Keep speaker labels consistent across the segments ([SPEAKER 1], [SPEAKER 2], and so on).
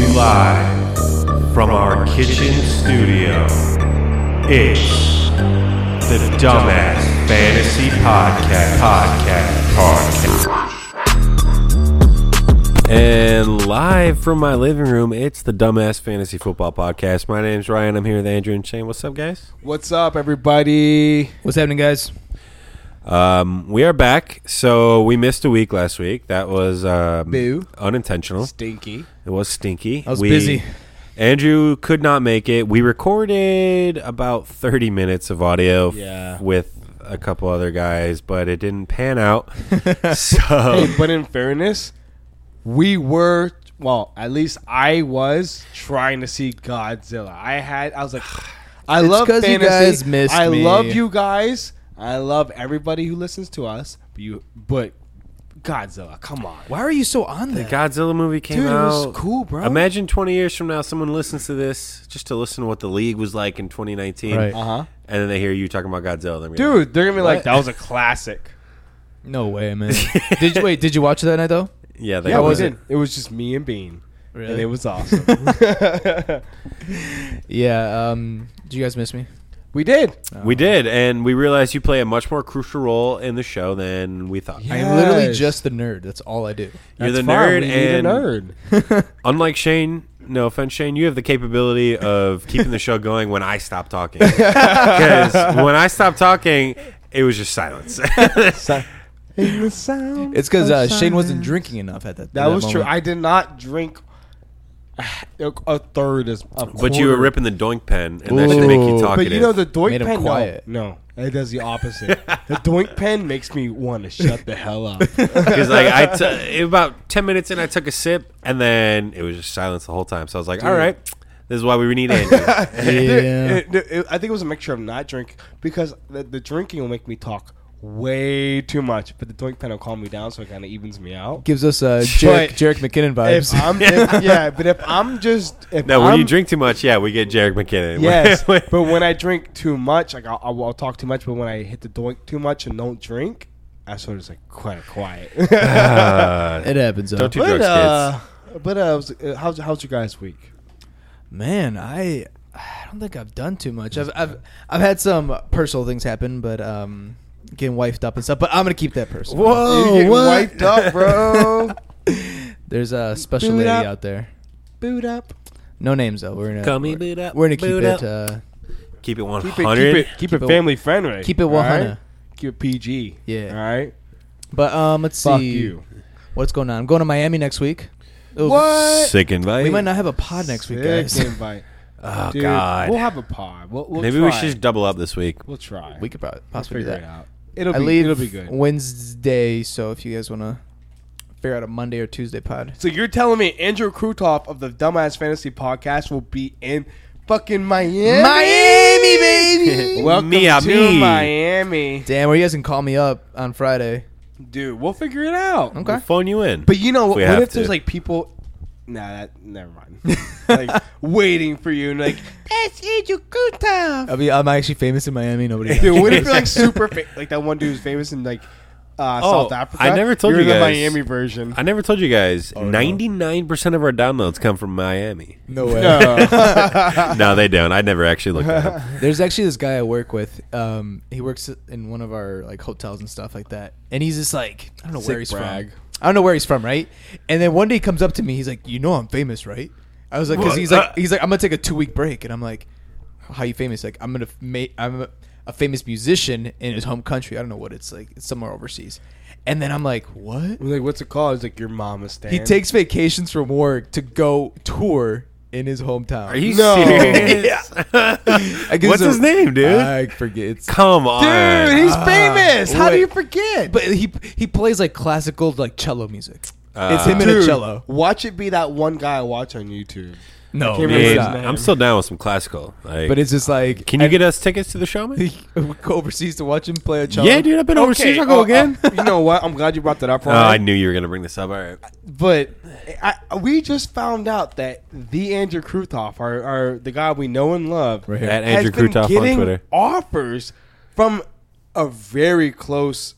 [SPEAKER 1] Live from our kitchen studio, it's the Dumbass Fantasy Podcast. Podcast. Podcast.
[SPEAKER 2] And live from my living room, it's the Dumbass Fantasy Football Podcast. My name's Ryan. I'm here with Andrew and Shane. What's up, guys?
[SPEAKER 3] What's up, everybody?
[SPEAKER 4] What's happening, guys?
[SPEAKER 2] Um, we are back. So we missed a week last week. That was um,
[SPEAKER 3] Boo.
[SPEAKER 2] unintentional.
[SPEAKER 3] Stinky.
[SPEAKER 2] It was stinky.
[SPEAKER 4] I was busy.
[SPEAKER 2] Andrew could not make it. We recorded about 30 minutes of audio f-
[SPEAKER 4] Yeah.
[SPEAKER 2] with a couple other guys, but it didn't pan out. so
[SPEAKER 3] Hey, but in fairness, we were well, at least I was trying to see Godzilla. I had I was like I
[SPEAKER 4] It's
[SPEAKER 3] love
[SPEAKER 4] 'cause you
[SPEAKER 3] fantasy.
[SPEAKER 4] guys missed
[SPEAKER 3] I
[SPEAKER 4] me.
[SPEAKER 3] love you guys. I love everybody who listens to us. But you but Godzilla, come on.
[SPEAKER 4] Why are you so on that?
[SPEAKER 2] Godzilla movie came
[SPEAKER 3] Dude, it
[SPEAKER 2] out.
[SPEAKER 3] was cool, bro.
[SPEAKER 2] Imagine 20 years from now, someone listens to this just to listen to what the league was like in 2019.
[SPEAKER 4] Right.
[SPEAKER 3] Uh-huh.
[SPEAKER 2] And then they hear you talking about Godzilla. they're gonna be like,
[SPEAKER 3] Dude, they're gonna be like,
[SPEAKER 2] What?
[SPEAKER 3] that was a classic.
[SPEAKER 4] No way, man. did you wait? Did you watch that night though?
[SPEAKER 2] yeah, they
[SPEAKER 3] yeah,
[SPEAKER 2] would.
[SPEAKER 3] was it? It was just me and Bean. And
[SPEAKER 4] Really?
[SPEAKER 3] it was awesome.
[SPEAKER 4] Yeah. Um. Did you guys miss me?
[SPEAKER 3] we did.
[SPEAKER 2] We did, and we realized you play a much more crucial role in the show than we thought.
[SPEAKER 3] Yeah.
[SPEAKER 4] I am literally
[SPEAKER 3] Yes.
[SPEAKER 4] just the nerd. That's all I do.
[SPEAKER 2] You're
[SPEAKER 3] That's
[SPEAKER 2] the
[SPEAKER 3] fine.
[SPEAKER 2] nerd,
[SPEAKER 3] We need
[SPEAKER 2] and
[SPEAKER 3] a nerd.
[SPEAKER 2] unlike Shane, no offense, Shane, you have the capability of keeping the show going when I stop talking. Because when I stopped talking, it was just silence.
[SPEAKER 3] In the sound
[SPEAKER 4] It's because
[SPEAKER 3] of
[SPEAKER 4] uh, Shane wasn't
[SPEAKER 3] silence.
[SPEAKER 4] drinking enough at that.
[SPEAKER 3] Oh, That, was true.
[SPEAKER 4] moment.
[SPEAKER 3] I did not drink a, a third as a
[SPEAKER 2] but you were
[SPEAKER 3] quarter.
[SPEAKER 2] ripping the doink pen, and that should make you
[SPEAKER 4] Ooh.
[SPEAKER 2] talkative.
[SPEAKER 3] But you know the doink
[SPEAKER 4] Made him
[SPEAKER 3] pen.
[SPEAKER 4] quiet.
[SPEAKER 3] No, no, it does the opposite. the doink pen makes me want to shut the hell up.
[SPEAKER 2] Because like I, t- about ten minutes in, I took a sip, and then it was just silence the whole time. So I was like, "All right, this is why we need Andrew."
[SPEAKER 4] Yeah.
[SPEAKER 3] It- it- it- I think it was a mixture of not drink because the, the drinking will make me talk way too much, but the doink pen will calm me down, so it kind of evens me out.
[SPEAKER 4] Gives us uh,
[SPEAKER 3] But-
[SPEAKER 4] Jarek, Jarek McKinnon
[SPEAKER 3] If
[SPEAKER 4] vibes.
[SPEAKER 3] I'm, if, yeah, but if I'm just if
[SPEAKER 2] now, when
[SPEAKER 3] I'm,
[SPEAKER 2] you drink too much, yeah, we get Jarek McKinnon.
[SPEAKER 3] Yes, but when I drink too much, like I'll, I'll, I'll talk too much. But when I hit the doink too much and don't drink, I sort of just like kind of quiet.
[SPEAKER 2] Uh,
[SPEAKER 4] it happens. Though.
[SPEAKER 2] Don't you- Two
[SPEAKER 3] but
[SPEAKER 2] drugs,
[SPEAKER 3] uh, but uh, was- uh, how's how's your guys' week?
[SPEAKER 4] Man, I I don't think I've done too much. I've I've I've had some personal things happen, but um, getting wifed up and stuff. But I'm gonna keep that person.
[SPEAKER 3] You
[SPEAKER 2] Whoa,
[SPEAKER 3] getting wiped up, bro.
[SPEAKER 4] There's a special
[SPEAKER 3] Boot
[SPEAKER 4] lady
[SPEAKER 3] up.
[SPEAKER 4] out there.
[SPEAKER 3] Boot up.
[SPEAKER 4] No names though. We're gonna
[SPEAKER 2] Call me
[SPEAKER 4] we're-
[SPEAKER 2] boot up,
[SPEAKER 4] We're gonna keep
[SPEAKER 2] boot
[SPEAKER 4] it.
[SPEAKER 2] up.
[SPEAKER 4] Uh,
[SPEAKER 2] keep it one
[SPEAKER 3] Keep it, keep
[SPEAKER 2] hundred.
[SPEAKER 3] it, keep it
[SPEAKER 4] Keep it-
[SPEAKER 3] family friendly.
[SPEAKER 4] keep it
[SPEAKER 3] all
[SPEAKER 4] 100.
[SPEAKER 3] Keep it PG.
[SPEAKER 4] Yeah.
[SPEAKER 3] All right.
[SPEAKER 4] But um, let's
[SPEAKER 3] Fuck
[SPEAKER 4] see
[SPEAKER 3] you.
[SPEAKER 4] what's going on. I'm going to Miami next week. It'll-
[SPEAKER 3] What?
[SPEAKER 2] Sick invite.
[SPEAKER 4] We might not have a pod next week, guys.
[SPEAKER 3] Sick invite.
[SPEAKER 2] Oh
[SPEAKER 3] Dude,
[SPEAKER 2] God.
[SPEAKER 3] We'll have a pod. We'll, we'll
[SPEAKER 2] Maybe
[SPEAKER 3] try.
[SPEAKER 2] we should just double up this week.
[SPEAKER 3] We'll try.
[SPEAKER 4] we could probably
[SPEAKER 3] We'll
[SPEAKER 4] possibly do
[SPEAKER 3] figure it
[SPEAKER 4] that.
[SPEAKER 3] out. It'll
[SPEAKER 4] I
[SPEAKER 3] be
[SPEAKER 4] leave
[SPEAKER 3] it'll be good.
[SPEAKER 4] Wednesday, so if you guys want to figure out a Monday or Tuesday pod,
[SPEAKER 3] So you're telling me Andrew Krutoff of the Dumbass Fantasy Podcast will be in fucking Miami?
[SPEAKER 4] Miami, baby.
[SPEAKER 3] Welcome
[SPEAKER 2] Miami.
[SPEAKER 3] to Miami,
[SPEAKER 4] Damn, or you guys can call me up on Friday.
[SPEAKER 3] dude. We'll figure it out.
[SPEAKER 4] Okay.
[SPEAKER 2] We'll phone you in.
[SPEAKER 3] But you know,
[SPEAKER 2] If
[SPEAKER 3] what
[SPEAKER 2] we
[SPEAKER 3] if
[SPEAKER 2] have
[SPEAKER 3] there's
[SPEAKER 2] to.
[SPEAKER 3] like people? Nah, that never mind. like waiting for you and like that's Andrew Krutoff.
[SPEAKER 4] I mean, I'm actually famous in Miami. Nobody.
[SPEAKER 3] Dude, what if you're like super fa- like that one dude who's famous in like uh,
[SPEAKER 2] Oh,
[SPEAKER 3] South Africa?
[SPEAKER 2] I never told
[SPEAKER 3] you're
[SPEAKER 2] you
[SPEAKER 3] the
[SPEAKER 2] guys.
[SPEAKER 3] Miami version.
[SPEAKER 2] I never told you guys. Ninety-nine percent of our downloads come from Miami.
[SPEAKER 4] no way.
[SPEAKER 2] no, they don't. I never actually looked that up.
[SPEAKER 4] There's actually this guy I work with. Um, he works in one of our like hotels and stuff like that. And he's just like, I don't know
[SPEAKER 3] Sick
[SPEAKER 4] where he's
[SPEAKER 3] brag.
[SPEAKER 4] from. I don't know where he's from, right? And then one day he comes up to me. He's like, you know, I'm famous, right? I was like, because he's like, he's like, I'm gonna take a two week break, and I'm like, how you famous? Like, I'm gonna f- make, I'm a, a famous musician in his home country. I don't know what it's like. It's somewhere overseas. And then I'm like, what?
[SPEAKER 3] We're like, what's it called? It's like your mama's stand.
[SPEAKER 4] He takes vacations from work to go tour in his hometown.
[SPEAKER 2] Are you
[SPEAKER 3] No.
[SPEAKER 2] serious?
[SPEAKER 4] I guess
[SPEAKER 2] What's
[SPEAKER 4] it-
[SPEAKER 2] his name, dude?
[SPEAKER 4] I forget. It's Ah,
[SPEAKER 2] Come on,
[SPEAKER 3] Dude, he's famous. How do
[SPEAKER 4] wait.
[SPEAKER 3] you forget?
[SPEAKER 4] But he he plays like classical like cello music.
[SPEAKER 2] Uh,
[SPEAKER 4] it's him and a cello.
[SPEAKER 3] Watch it be that one guy I watch on YouTube.
[SPEAKER 4] No,
[SPEAKER 3] can't remember
[SPEAKER 2] Dude,
[SPEAKER 4] it's
[SPEAKER 3] his
[SPEAKER 4] not.
[SPEAKER 3] name.
[SPEAKER 2] I'm still down with some classical. Like,
[SPEAKER 4] But it's just like
[SPEAKER 2] can you get us tickets to the show, man?
[SPEAKER 4] we go overseas to watch him play a cello?
[SPEAKER 2] Yeah, dude, I've been overseas. I'll go
[SPEAKER 3] oh,
[SPEAKER 2] again.
[SPEAKER 3] uh, you know what? I'm glad you brought that up.
[SPEAKER 2] Oh, I
[SPEAKER 3] Ryan.
[SPEAKER 2] knew you were gonna bring this up. All right,
[SPEAKER 3] but I, we just found out that the Andrew Krutoff, our, our the guy we know and love,
[SPEAKER 4] Right here.
[SPEAKER 2] at
[SPEAKER 3] has
[SPEAKER 2] Andrew
[SPEAKER 3] been
[SPEAKER 2] Krutoff on
[SPEAKER 3] getting
[SPEAKER 2] Twitter.
[SPEAKER 3] offers from a very close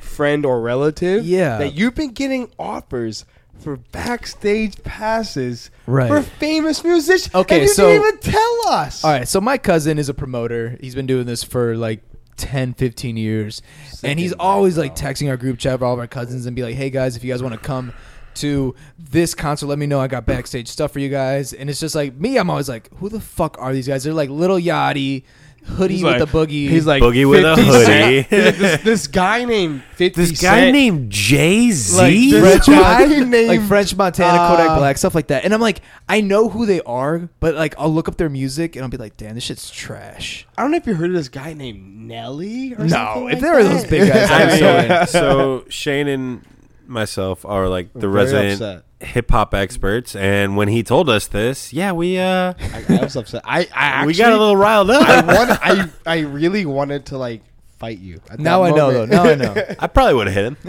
[SPEAKER 3] friend or relative.
[SPEAKER 4] Yeah.
[SPEAKER 3] that you've been getting offers for backstage passes
[SPEAKER 4] Right.
[SPEAKER 3] for famous musicians.
[SPEAKER 4] Okay,
[SPEAKER 3] and you
[SPEAKER 4] so-
[SPEAKER 3] didn't even tell us.
[SPEAKER 4] All right, so my cousin is a promoter. He's been doing this for like 10, 15 years. and he's always like texting our group chat for all of our cousins and be like, hey guys, if you guys want to come to this concert, let me know. I got backstage stuff for you guys. And it's just like, me, I'm always like, who the fuck are these guys? They're like little Yachty, hoodie
[SPEAKER 3] He's
[SPEAKER 4] with
[SPEAKER 3] like-
[SPEAKER 4] the boogie.
[SPEAKER 3] He's like
[SPEAKER 2] Boogie with a
[SPEAKER 3] 50 Cent.
[SPEAKER 2] hoodie.
[SPEAKER 3] He's like, this, this guy named Fifty
[SPEAKER 2] This guy
[SPEAKER 3] Cent.
[SPEAKER 2] named Jay Z.
[SPEAKER 3] Like, this
[SPEAKER 4] French,
[SPEAKER 3] guy
[SPEAKER 4] Mon-
[SPEAKER 3] named
[SPEAKER 4] like French Montana,
[SPEAKER 3] uh,
[SPEAKER 4] Kodak Black, stuff like that. And I'm like, I know who they are, but like, I'll look up their music and I'll be like, damn, this shit's trash.
[SPEAKER 3] I don't know if you heard of this guy named Nelly or something.
[SPEAKER 4] No, if
[SPEAKER 3] like
[SPEAKER 4] there are those
[SPEAKER 3] that.
[SPEAKER 4] big guys,
[SPEAKER 2] I
[SPEAKER 4] I'm
[SPEAKER 2] mean,
[SPEAKER 4] so in.
[SPEAKER 2] so Shane and myself are like the
[SPEAKER 3] Very
[SPEAKER 2] resident
[SPEAKER 3] upset.
[SPEAKER 2] hip hop experts, and when he told us this, yeah, we uh,
[SPEAKER 3] I, I was upset. I, I actually,
[SPEAKER 2] we got a little riled
[SPEAKER 3] I
[SPEAKER 2] up.
[SPEAKER 3] want. I I really wanted to like fight you. at that
[SPEAKER 4] Now I know, though.
[SPEAKER 3] moment.
[SPEAKER 4] Now I know.
[SPEAKER 2] I probably would have hit him.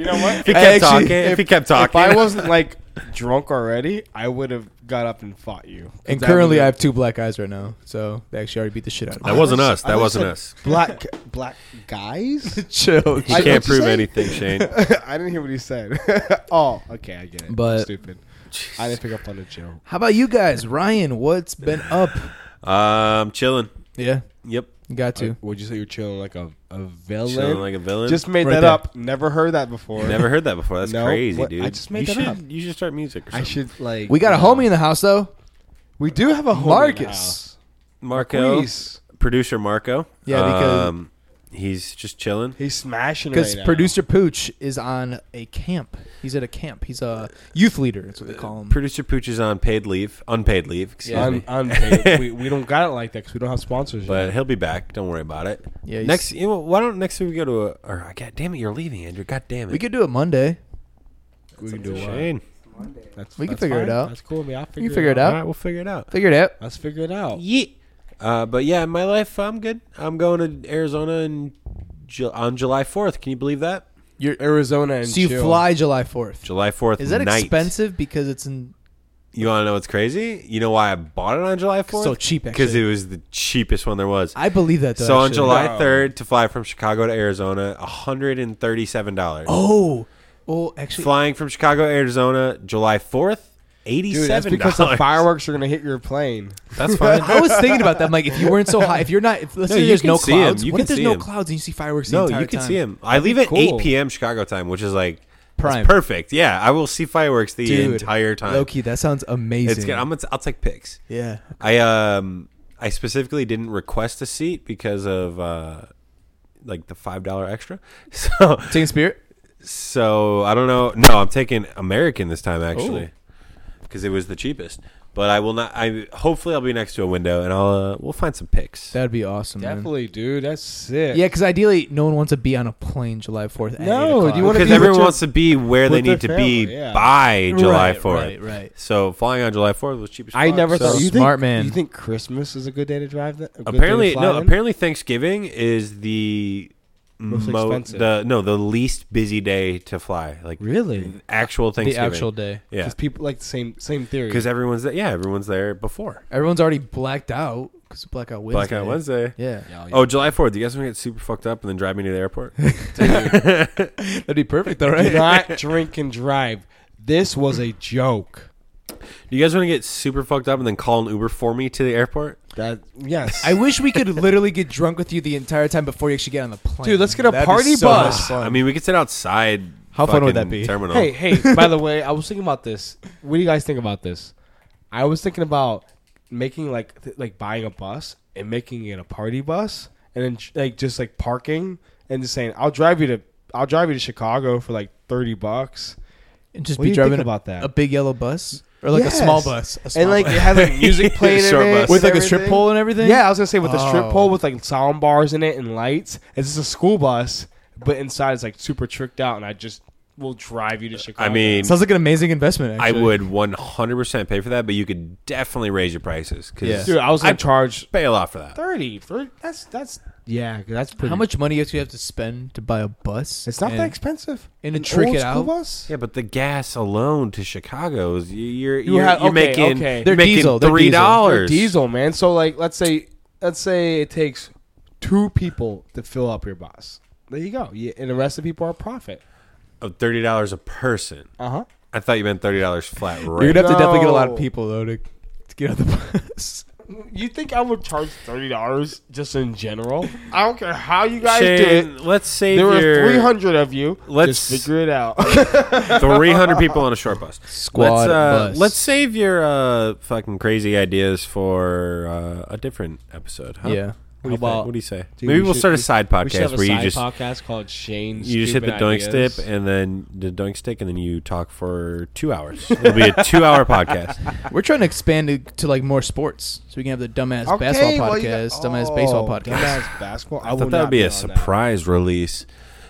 [SPEAKER 3] you know what?
[SPEAKER 2] If
[SPEAKER 4] I
[SPEAKER 2] he kept
[SPEAKER 4] actually-
[SPEAKER 2] talking, if, he kept
[SPEAKER 3] If
[SPEAKER 2] talking,
[SPEAKER 3] I wasn't like drunk already, I would have got up and fought you.
[SPEAKER 4] And
[SPEAKER 3] That
[SPEAKER 4] currently,
[SPEAKER 3] would've-
[SPEAKER 4] I have two black eyes right now, so they actually already beat the shit out of me.
[SPEAKER 2] That wasn't
[SPEAKER 3] I
[SPEAKER 2] us. That
[SPEAKER 3] thought you
[SPEAKER 2] wasn't
[SPEAKER 3] said
[SPEAKER 2] us.
[SPEAKER 3] Black black guys.
[SPEAKER 4] Chill.
[SPEAKER 2] he
[SPEAKER 3] I-
[SPEAKER 2] can't
[SPEAKER 3] what'd you
[SPEAKER 2] prove
[SPEAKER 3] say?
[SPEAKER 2] anything, Shane.
[SPEAKER 3] I didn't hear what he said. oh, okay, I get it. I'm
[SPEAKER 4] But-
[SPEAKER 3] stupid. I didn't pick up on the joke.
[SPEAKER 4] How about you guys, Ryan? What's been up?
[SPEAKER 2] Um, chilling.
[SPEAKER 4] Yeah,
[SPEAKER 2] Yep,
[SPEAKER 4] you got to.
[SPEAKER 3] Would you say you're chilling like a, a villain?
[SPEAKER 2] chilling like a villain.
[SPEAKER 3] just made
[SPEAKER 4] Right
[SPEAKER 3] that
[SPEAKER 4] there.
[SPEAKER 3] up. Never heard that before.
[SPEAKER 2] never heard that before. That's
[SPEAKER 3] No,
[SPEAKER 2] crazy,
[SPEAKER 3] what-
[SPEAKER 2] dude.
[SPEAKER 3] I just made that
[SPEAKER 2] you should,
[SPEAKER 3] up.
[SPEAKER 2] You should start music. Or
[SPEAKER 3] I
[SPEAKER 2] something.
[SPEAKER 3] should like.
[SPEAKER 4] We got a homie in the house though.
[SPEAKER 3] We do have a homie.
[SPEAKER 4] Marcus.
[SPEAKER 3] in the house.
[SPEAKER 2] Marco,
[SPEAKER 3] Reese.
[SPEAKER 2] producer Marco.
[SPEAKER 4] Yeah, because-
[SPEAKER 2] um, he's just chilling.
[SPEAKER 3] He's smashing
[SPEAKER 4] Because
[SPEAKER 3] right now.
[SPEAKER 4] producer Pooch is on a camp. He's at a camp. He's a youth leader. That's what they call him.
[SPEAKER 2] Producer Pooch is on paid leave, unpaid leave. Excuse
[SPEAKER 3] Un-
[SPEAKER 2] me.
[SPEAKER 3] unpaid. we, we don't got it like that because we don't have sponsors.
[SPEAKER 2] But
[SPEAKER 3] yet.
[SPEAKER 2] he'll be back. Don't worry about it.
[SPEAKER 4] Yeah,
[SPEAKER 2] Yeah.
[SPEAKER 4] he's-
[SPEAKER 2] Next, you know, why don't next week we go to a? Or God damn it, you're leaving, Andrew. God damn it.
[SPEAKER 4] We could do it Monday.
[SPEAKER 3] we can do it.
[SPEAKER 2] Shane.
[SPEAKER 3] That's,
[SPEAKER 4] We can
[SPEAKER 3] that's
[SPEAKER 4] figure it
[SPEAKER 3] fine.
[SPEAKER 4] out.
[SPEAKER 3] That's cool. I mean, I'll figure
[SPEAKER 4] You can figure it
[SPEAKER 2] All
[SPEAKER 4] out.
[SPEAKER 2] right, we'll figure it out.
[SPEAKER 4] Figure it out.
[SPEAKER 3] Let's figure it out.
[SPEAKER 2] Yeah. Uh, but yeah, in my life, I'm good. I'm going to Arizona in Ju- on July 4th. Can you believe that?
[SPEAKER 3] You're Arizona and
[SPEAKER 4] So you
[SPEAKER 3] chill.
[SPEAKER 4] fly July fourth.
[SPEAKER 2] July 4th.
[SPEAKER 4] Is that
[SPEAKER 2] night.
[SPEAKER 4] expensive? Because it's in.
[SPEAKER 2] You want to know what's crazy? You know why I bought it on July 4th?
[SPEAKER 4] So cheap,
[SPEAKER 2] Because
[SPEAKER 4] actually.
[SPEAKER 2] it was the cheapest one there was.
[SPEAKER 4] I believe that though.
[SPEAKER 2] so on
[SPEAKER 4] actually.
[SPEAKER 2] July
[SPEAKER 3] Wow.
[SPEAKER 2] 3rd to fly from Chicago to Arizona, $137.
[SPEAKER 4] Oh. Well, actually,
[SPEAKER 2] Flying from Chicago, Arizona, July 4th, $87.
[SPEAKER 3] Dude, that's because the fireworks are gonna hit your plane.
[SPEAKER 2] That's fine.
[SPEAKER 4] I was thinking about that. I'm like, if you weren't so high, if you're not, if, let's
[SPEAKER 2] No,
[SPEAKER 4] say
[SPEAKER 2] you
[SPEAKER 4] there's
[SPEAKER 2] can
[SPEAKER 4] no
[SPEAKER 2] see 'em.
[SPEAKER 4] clouds,
[SPEAKER 2] You
[SPEAKER 4] what
[SPEAKER 2] can
[SPEAKER 4] if there's
[SPEAKER 2] see
[SPEAKER 4] no
[SPEAKER 2] 'em.
[SPEAKER 4] clouds and you see fireworks?
[SPEAKER 2] No,
[SPEAKER 4] the entire
[SPEAKER 2] you can
[SPEAKER 4] time?
[SPEAKER 2] see him. I leave at
[SPEAKER 3] cool.
[SPEAKER 2] 8 p.m. Chicago time, which is like it's
[SPEAKER 4] Prime.
[SPEAKER 2] perfect. Yeah, I will see fireworks the entire time.
[SPEAKER 4] Low key, that sounds amazing.
[SPEAKER 2] It's good. I'm gonna, I'll take pics.
[SPEAKER 4] yeah,
[SPEAKER 2] I um I specifically didn't request a seat because of uh like the five dollar extra. So
[SPEAKER 4] taking spirit.
[SPEAKER 2] so I don't know. No, I'm taking American this time actually because it was the cheapest. But I will not. I hopefully I'll be next to a window and I'll uh, we'll find some pics.
[SPEAKER 4] That'd be awesome. man.
[SPEAKER 3] Definitely, dude. That's sick.
[SPEAKER 4] Yeah, because ideally, no one wants to be on a plane July Fourth. at
[SPEAKER 3] No,
[SPEAKER 4] 8 o'clock.
[SPEAKER 3] do you wanna be
[SPEAKER 2] because
[SPEAKER 3] with
[SPEAKER 2] everyone
[SPEAKER 3] your-
[SPEAKER 2] wants to be where they
[SPEAKER 3] with their
[SPEAKER 2] need to be
[SPEAKER 3] family, yeah.
[SPEAKER 2] by July
[SPEAKER 4] Right,
[SPEAKER 2] 4th.
[SPEAKER 4] Right, right.
[SPEAKER 2] So flying on July 4th was cheapest.
[SPEAKER 3] I never
[SPEAKER 4] So
[SPEAKER 3] thought you think,
[SPEAKER 4] smart man.
[SPEAKER 3] You think Christmas is a good day to drive that? a good day to
[SPEAKER 2] apparently
[SPEAKER 3] fly
[SPEAKER 2] no
[SPEAKER 3] then?
[SPEAKER 2] apparently thanksgiving is the
[SPEAKER 3] Most expensive.
[SPEAKER 2] the no the least busy day to fly like
[SPEAKER 3] Really?
[SPEAKER 2] actual
[SPEAKER 4] The
[SPEAKER 2] thanksgiving
[SPEAKER 4] actual day.
[SPEAKER 2] yeah
[SPEAKER 3] Because people like the same same theory.
[SPEAKER 2] because everyone's there yeah everyone's there before
[SPEAKER 4] Everyone's already blacked out because blackout Wednesday.
[SPEAKER 2] blackout wednesday
[SPEAKER 4] Yeah,
[SPEAKER 2] oh july 4th do you guys want to get super fucked up and then drive me to the airport
[SPEAKER 4] that'd be perfect, though,
[SPEAKER 3] Do
[SPEAKER 4] right?
[SPEAKER 3] not drink and drive. This was a joke.
[SPEAKER 2] do you guys want to get super fucked up and then call an uber for me to the airport
[SPEAKER 3] That yes.
[SPEAKER 4] I wish we could literally get drunk with you the entire time before you actually get on the plane.
[SPEAKER 3] Dude, let's get a
[SPEAKER 4] That'd be
[SPEAKER 3] party
[SPEAKER 4] so much
[SPEAKER 3] bus.
[SPEAKER 4] fun.
[SPEAKER 2] i mean we could sit outside
[SPEAKER 4] How fun would that
[SPEAKER 2] fucking
[SPEAKER 4] be?
[SPEAKER 2] terminal
[SPEAKER 3] hey, hey. By the way, I was thinking about this. What do you guys think about this? I was thinking about making like th- like buying a bus and making it a party bus, and then j- like just like parking and just saying, "I'll drive you to I'll drive you to Chicago for like thirty bucks."
[SPEAKER 4] And just
[SPEAKER 3] What do
[SPEAKER 4] be
[SPEAKER 3] you
[SPEAKER 4] driving
[SPEAKER 3] think
[SPEAKER 4] a-
[SPEAKER 3] about that?
[SPEAKER 4] a big yellow bus or like a small
[SPEAKER 3] Yes.
[SPEAKER 4] bus, a small
[SPEAKER 3] and like
[SPEAKER 4] bus.
[SPEAKER 3] it has like music playing in
[SPEAKER 2] Short
[SPEAKER 3] it
[SPEAKER 2] bus.
[SPEAKER 4] with like a strip
[SPEAKER 3] everything.
[SPEAKER 4] pole and everything.
[SPEAKER 3] Yeah, I was gonna say with a strip
[SPEAKER 4] Oh.
[SPEAKER 3] pole with like sound bars in it and lights. It's just a school bus, but inside it's like super tricked out, and I just will drive you to Chicago.
[SPEAKER 2] i mean
[SPEAKER 4] sounds like an amazing investment.
[SPEAKER 2] i
[SPEAKER 4] Actually.
[SPEAKER 2] would 100% pay for that but you could definitely raise your prices
[SPEAKER 4] Yeah.
[SPEAKER 2] because
[SPEAKER 3] dude, I was gonna charge
[SPEAKER 2] bail off for that
[SPEAKER 3] 30, 30 That's that's yeah, that's pretty.
[SPEAKER 4] How much money do you have to spend to buy a bus?
[SPEAKER 3] It's not
[SPEAKER 4] and,
[SPEAKER 3] that expensive.
[SPEAKER 4] and to
[SPEAKER 3] An
[SPEAKER 4] trick
[SPEAKER 3] old
[SPEAKER 4] it
[SPEAKER 3] school
[SPEAKER 4] out?
[SPEAKER 3] Bus?
[SPEAKER 2] Yeah, but the gas alone to Chicago is you- you're
[SPEAKER 3] You
[SPEAKER 2] you're,
[SPEAKER 3] have-
[SPEAKER 2] you're
[SPEAKER 3] okay,
[SPEAKER 2] making
[SPEAKER 3] okay.
[SPEAKER 2] you're
[SPEAKER 4] They're
[SPEAKER 2] making
[SPEAKER 4] diesel, they're
[SPEAKER 2] three
[SPEAKER 4] diesel.
[SPEAKER 3] Or
[SPEAKER 2] dollars
[SPEAKER 3] diesel, man. So like, let's say let's say it takes two people to fill up your bus. There you go. Yeah, and the rest of the people are profit.
[SPEAKER 2] of thirty dollars a person.
[SPEAKER 3] Uh huh.
[SPEAKER 2] I thought you meant thirty dollars flat rate.
[SPEAKER 4] You're gonna have to definitely get a lot
[SPEAKER 5] No.
[SPEAKER 4] of people though to, to get on the bus.
[SPEAKER 5] You think I would charge thirty dollars just in general? I don't care how you guys do
[SPEAKER 2] Shane,
[SPEAKER 5] it.
[SPEAKER 2] let's save
[SPEAKER 5] There were
[SPEAKER 2] your
[SPEAKER 5] three hundred of you.
[SPEAKER 2] Let's-
[SPEAKER 5] Just figure it out.
[SPEAKER 2] 300 people on a short bus.
[SPEAKER 4] Squad
[SPEAKER 2] let's, uh,
[SPEAKER 4] bus.
[SPEAKER 2] Let's save your uh, fucking crazy ideas for uh, a different episode. Huh?
[SPEAKER 4] Yeah.
[SPEAKER 2] What do, you
[SPEAKER 5] How about-
[SPEAKER 2] think? what do you say?
[SPEAKER 5] Dude,
[SPEAKER 2] Maybe
[SPEAKER 5] we
[SPEAKER 2] we'll
[SPEAKER 5] should-
[SPEAKER 2] start a side
[SPEAKER 5] we should have
[SPEAKER 2] podcast
[SPEAKER 5] a
[SPEAKER 2] where you
[SPEAKER 5] side
[SPEAKER 2] just
[SPEAKER 5] podcast called Shane's.
[SPEAKER 2] you just hit the
[SPEAKER 5] Stupid
[SPEAKER 2] doink
[SPEAKER 5] Ideas.
[SPEAKER 2] stick and then the doink stick and then you talk for two hours. It'll be a two-hour podcast.
[SPEAKER 4] We're trying to expand it to like more sports, so we can have the dumbass basketball
[SPEAKER 5] well, you
[SPEAKER 4] podcast,
[SPEAKER 5] got-
[SPEAKER 4] dumbass
[SPEAKER 5] oh,
[SPEAKER 4] baseball podcast.
[SPEAKER 5] Dumbass basketball. I,
[SPEAKER 2] I
[SPEAKER 5] will
[SPEAKER 2] thought that
[SPEAKER 5] not
[SPEAKER 2] would be a
[SPEAKER 5] on that,
[SPEAKER 2] surprise release.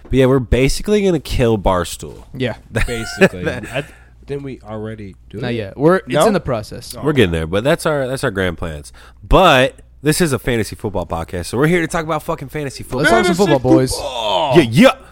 [SPEAKER 2] But yeah, we're basically gonna kill Barstool.
[SPEAKER 4] Yeah,
[SPEAKER 5] Basically, I, didn't we already do
[SPEAKER 4] not
[SPEAKER 5] it?
[SPEAKER 4] yet. We're
[SPEAKER 5] No?
[SPEAKER 4] it's in the process.
[SPEAKER 2] We're getting there, but that's our that's our grand plans. But this is a fantasy football podcast, so we're here to talk about fucking fantasy football.
[SPEAKER 4] Let's talk some football, boys.
[SPEAKER 2] Yeah, yeah.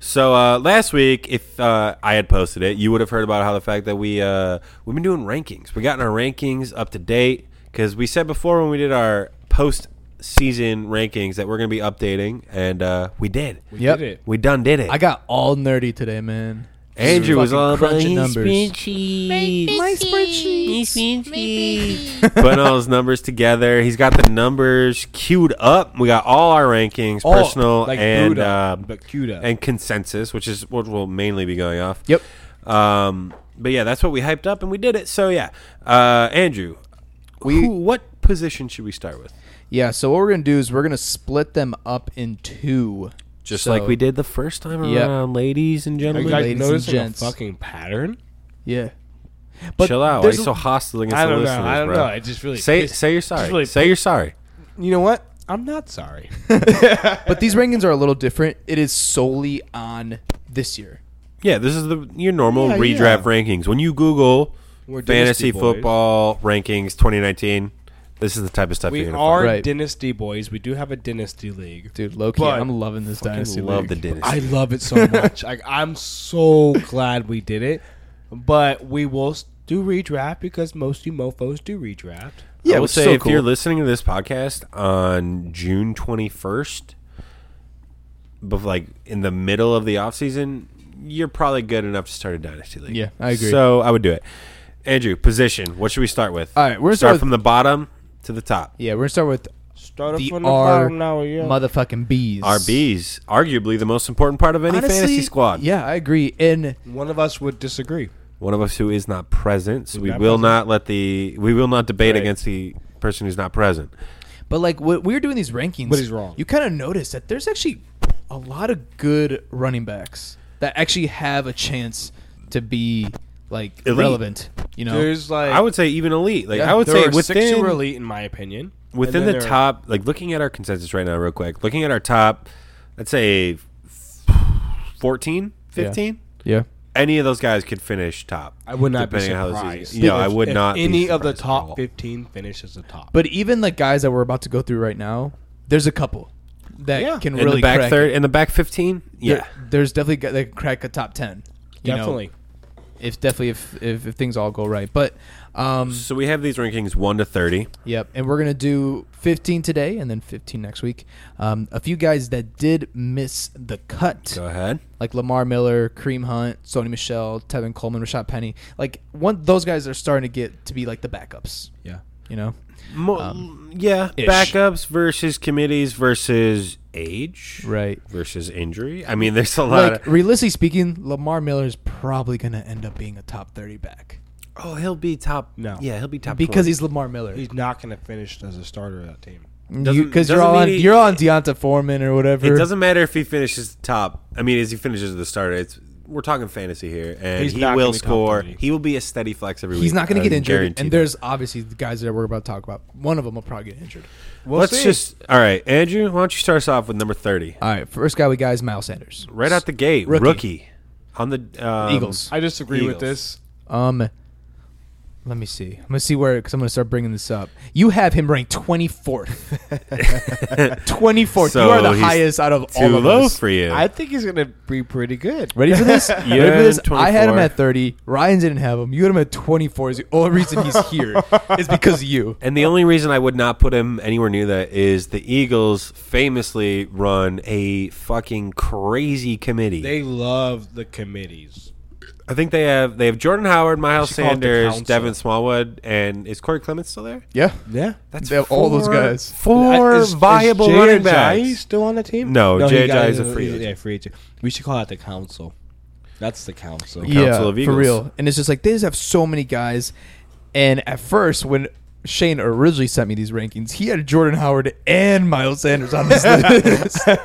[SPEAKER 2] So uh, last week, if uh, I had posted it, you would have heard about how the fact that we uh, we've been doing rankings. We gotten our rankings up to date because we said before when we did our post season rankings that we're gonna be updating, and uh, we did. We,
[SPEAKER 4] Yep.
[SPEAKER 5] Did it?
[SPEAKER 2] done did it.
[SPEAKER 4] I got all nerdy today, man.
[SPEAKER 2] Andrew was all about
[SPEAKER 4] crunching
[SPEAKER 2] his
[SPEAKER 4] numbers.
[SPEAKER 2] spreadsheet.
[SPEAKER 4] My spreadsheet.
[SPEAKER 2] putting all his numbers together. He's got the numbers queued up. We got all our rankings,
[SPEAKER 4] All,
[SPEAKER 2] personal
[SPEAKER 5] like
[SPEAKER 2] and
[SPEAKER 5] Buddha,
[SPEAKER 2] uh,
[SPEAKER 5] but queued up.
[SPEAKER 2] and consensus, which is what we'll mainly be going off.
[SPEAKER 4] Yep.
[SPEAKER 2] Um, but yeah, that's what we hyped up, and we did it. So yeah, uh, Andrew, who, what position should we start with?
[SPEAKER 4] Yeah. So what we're gonna do is we're gonna split them up in two,
[SPEAKER 2] Just
[SPEAKER 4] So-
[SPEAKER 2] like we did the first time
[SPEAKER 4] Yep.
[SPEAKER 2] around, ladies and
[SPEAKER 5] Are you
[SPEAKER 2] gentlemen.
[SPEAKER 4] Like-
[SPEAKER 5] guys
[SPEAKER 4] Ladies and
[SPEAKER 5] noticing
[SPEAKER 4] gents.
[SPEAKER 5] a fucking pattern?
[SPEAKER 4] Yeah.
[SPEAKER 2] Chill out. Why are
[SPEAKER 4] there's
[SPEAKER 2] you
[SPEAKER 4] a-
[SPEAKER 2] so hostile against
[SPEAKER 5] I
[SPEAKER 2] the
[SPEAKER 5] don't know.
[SPEAKER 2] listeners,
[SPEAKER 5] I don't
[SPEAKER 2] bro?
[SPEAKER 5] know. It just really
[SPEAKER 2] say
[SPEAKER 5] pissed-
[SPEAKER 2] say you're sorry.
[SPEAKER 5] just really
[SPEAKER 2] say you're sorry.
[SPEAKER 5] You know what? I'm not sorry.
[SPEAKER 4] But these rankings are a little different. It is solely on this year.
[SPEAKER 2] Yeah, this is the your normal
[SPEAKER 5] Yeah,
[SPEAKER 2] redraft
[SPEAKER 5] yeah.
[SPEAKER 2] rankings. When you Google
[SPEAKER 5] We're
[SPEAKER 2] fantasy
[SPEAKER 5] Dynasty Boys.
[SPEAKER 2] football rankings 2019, this is the type of stuff
[SPEAKER 5] we
[SPEAKER 2] you're gonna
[SPEAKER 5] are
[SPEAKER 4] Right.
[SPEAKER 5] dynasty boys. We do have a dynasty league.
[SPEAKER 4] Dude, Loki,
[SPEAKER 5] But
[SPEAKER 4] I'm loving this dynasty.
[SPEAKER 2] find. Love the
[SPEAKER 4] league.
[SPEAKER 2] dynasty.
[SPEAKER 5] I love it so much. like I'm so glad we did it. But we will s- do redraft because most you mofos do redraft.
[SPEAKER 2] I
[SPEAKER 4] Yeah,
[SPEAKER 2] will
[SPEAKER 4] which
[SPEAKER 2] say
[SPEAKER 4] is so
[SPEAKER 2] if
[SPEAKER 4] cool.
[SPEAKER 2] you're listening to this podcast on June 21st, but like in the middle of the off season, you're probably good enough to start a dynasty league.
[SPEAKER 4] Yeah, I agree.
[SPEAKER 2] So I would do it. Andrew, position. What should we start with?
[SPEAKER 4] All right, we're gonna
[SPEAKER 2] start
[SPEAKER 4] start with-
[SPEAKER 2] from the bottom to the top.
[SPEAKER 4] Yeah, we're gonna start with
[SPEAKER 5] Start
[SPEAKER 4] the,
[SPEAKER 5] off from the
[SPEAKER 4] R
[SPEAKER 5] bottom now. Yeah.
[SPEAKER 4] motherfucking B's.
[SPEAKER 2] RBs, arguably the most important part of any
[SPEAKER 4] Honestly,
[SPEAKER 2] fantasy squad.
[SPEAKER 4] Yeah, I agree. And
[SPEAKER 5] One of us would disagree.
[SPEAKER 2] One of us who is not present, so we
[SPEAKER 5] not
[SPEAKER 2] will
[SPEAKER 5] present.
[SPEAKER 2] not let the we will not debate
[SPEAKER 5] Right.
[SPEAKER 2] against the person who's not present.
[SPEAKER 4] but like when we were doing these rankings,
[SPEAKER 5] But he's wrong.
[SPEAKER 4] You kind of notice that there's actually a lot of good running backs that actually have a chance to be like
[SPEAKER 2] Elite.
[SPEAKER 4] relevant. You know,
[SPEAKER 5] There's like
[SPEAKER 2] I would say even elite. Like I would
[SPEAKER 5] there
[SPEAKER 2] say
[SPEAKER 5] are six
[SPEAKER 2] within
[SPEAKER 5] who are elite in my opinion. And
[SPEAKER 2] within
[SPEAKER 5] then
[SPEAKER 2] the
[SPEAKER 5] there are-
[SPEAKER 2] top, like looking at our consensus right now, real quick, looking at our top, let's say 14, 15,
[SPEAKER 4] yeah.
[SPEAKER 2] any of those guys could finish top.
[SPEAKER 5] I would not be
[SPEAKER 2] depending on how the
[SPEAKER 5] surprised.
[SPEAKER 2] season- No, I would
[SPEAKER 5] if
[SPEAKER 2] not. be
[SPEAKER 5] Any of the
[SPEAKER 2] surprised at all.
[SPEAKER 5] top fifteen finishes the top.
[SPEAKER 4] But even like guys that we're about to go through right now, there's a couple that
[SPEAKER 5] Yeah.
[SPEAKER 4] can
[SPEAKER 2] in
[SPEAKER 4] really
[SPEAKER 2] the back
[SPEAKER 4] crack
[SPEAKER 2] third,
[SPEAKER 4] it.
[SPEAKER 2] in the back fifteen, yeah.
[SPEAKER 4] There- there's definitely got- they can crack a top ten. you know,
[SPEAKER 5] definitely,
[SPEAKER 4] if definitely if, if if things all go right, but um,
[SPEAKER 2] So we have these rankings one to thirty.
[SPEAKER 4] Yep, and we're gonna do 15 today, and then 15 next week. Um, a few guys that did miss the cut,
[SPEAKER 2] Go ahead.
[SPEAKER 4] like Lamar Miller, Kareem Hunt, Sony Michelle, Tevin Coleman, Rashad Penny. Like one, those guys are starting to get to be like the backups.
[SPEAKER 5] yeah.
[SPEAKER 4] You know,
[SPEAKER 2] Mo- yeah,
[SPEAKER 4] Um, ish.
[SPEAKER 2] backups versus committees versus age,
[SPEAKER 4] right?
[SPEAKER 2] Versus injury. I mean, there's a lot.
[SPEAKER 4] Like
[SPEAKER 2] of,
[SPEAKER 4] realistically speaking, Lamar Miller is probably gonna end up being a top 30 back
[SPEAKER 2] oh, he'll be top.
[SPEAKER 5] No.
[SPEAKER 2] yeah, he'll be top
[SPEAKER 4] because
[SPEAKER 2] 20.
[SPEAKER 4] he's Lamar Miller.
[SPEAKER 5] He's not going to finish as a starter of that team.
[SPEAKER 2] doesn't-
[SPEAKER 4] Because you, are
[SPEAKER 2] doesn't
[SPEAKER 4] all
[SPEAKER 2] mean
[SPEAKER 4] on,
[SPEAKER 2] he-
[SPEAKER 4] you're all on Deonta Foreman or whatever.
[SPEAKER 2] It doesn't matter if he finishes top. I mean, as he finishes at the starter, it's we're talking fantasy here, and
[SPEAKER 5] He's
[SPEAKER 2] he
[SPEAKER 5] not
[SPEAKER 2] will
[SPEAKER 5] gonna be top
[SPEAKER 2] score.
[SPEAKER 5] 30.
[SPEAKER 2] He will be a steady flex every week.
[SPEAKER 4] He's not going
[SPEAKER 2] I
[SPEAKER 4] to get injured,
[SPEAKER 2] guarantee
[SPEAKER 4] and
[SPEAKER 2] that.
[SPEAKER 4] there's obviously the guys that we're about to talk about. One of them will probably get injured.
[SPEAKER 5] We'll
[SPEAKER 2] Let's
[SPEAKER 5] see.
[SPEAKER 2] just all right, Andrew. Why don't you start us off with number thirty,
[SPEAKER 4] All right, first guy we got is Miles Sanders.
[SPEAKER 2] right out the gate, rookie,
[SPEAKER 4] Rookie.
[SPEAKER 2] on the um,
[SPEAKER 4] Eagles.
[SPEAKER 5] I disagree
[SPEAKER 2] Eagles.
[SPEAKER 5] with this.
[SPEAKER 4] Um, let me see. I'm gonna see where because I'm gonna start bringing this up. You have him ranked 24th. 24th.
[SPEAKER 2] So
[SPEAKER 4] you are the
[SPEAKER 2] he's
[SPEAKER 4] highest out of
[SPEAKER 2] Too
[SPEAKER 4] all of
[SPEAKER 2] low
[SPEAKER 4] us.
[SPEAKER 2] for you.
[SPEAKER 5] I think he's going to be pretty good.
[SPEAKER 4] Ready for this? Ready
[SPEAKER 2] You're
[SPEAKER 4] for this? I had him
[SPEAKER 2] 24.
[SPEAKER 4] at 30. Ryan didn't have him. You had him at 24. Is the only reason he's here is because of you.
[SPEAKER 2] and the only reason I would not put him anywhere near that is the Eagles famously run a fucking crazy committee.
[SPEAKER 5] They love the committees.
[SPEAKER 2] I think they have they have Jordan Howard, Miles
[SPEAKER 3] should call it the
[SPEAKER 2] Sanders,
[SPEAKER 3] council.
[SPEAKER 2] Devin Smallwood, and and is Corey Clements still there?
[SPEAKER 4] Yeah.
[SPEAKER 3] Yeah.
[SPEAKER 2] That's
[SPEAKER 4] They have all those guys.
[SPEAKER 2] Four
[SPEAKER 3] I- is- is
[SPEAKER 2] viable
[SPEAKER 3] Jay
[SPEAKER 2] running
[SPEAKER 3] Ajayi
[SPEAKER 2] backs.
[SPEAKER 3] still on the team?
[SPEAKER 2] No,
[SPEAKER 3] he
[SPEAKER 2] Jay
[SPEAKER 3] got-
[SPEAKER 2] Ajayi's a free
[SPEAKER 3] he's-
[SPEAKER 2] agent.
[SPEAKER 3] Yeah, free agent. We should call that the council. That's the council.
[SPEAKER 2] Yeah. Council of
[SPEAKER 4] for
[SPEAKER 2] Eagles.
[SPEAKER 4] real. And it's just like they just have so many guys. And at first, when Shane originally sent me these rankings, he had Jordan Howard and Miles Sanders on this list,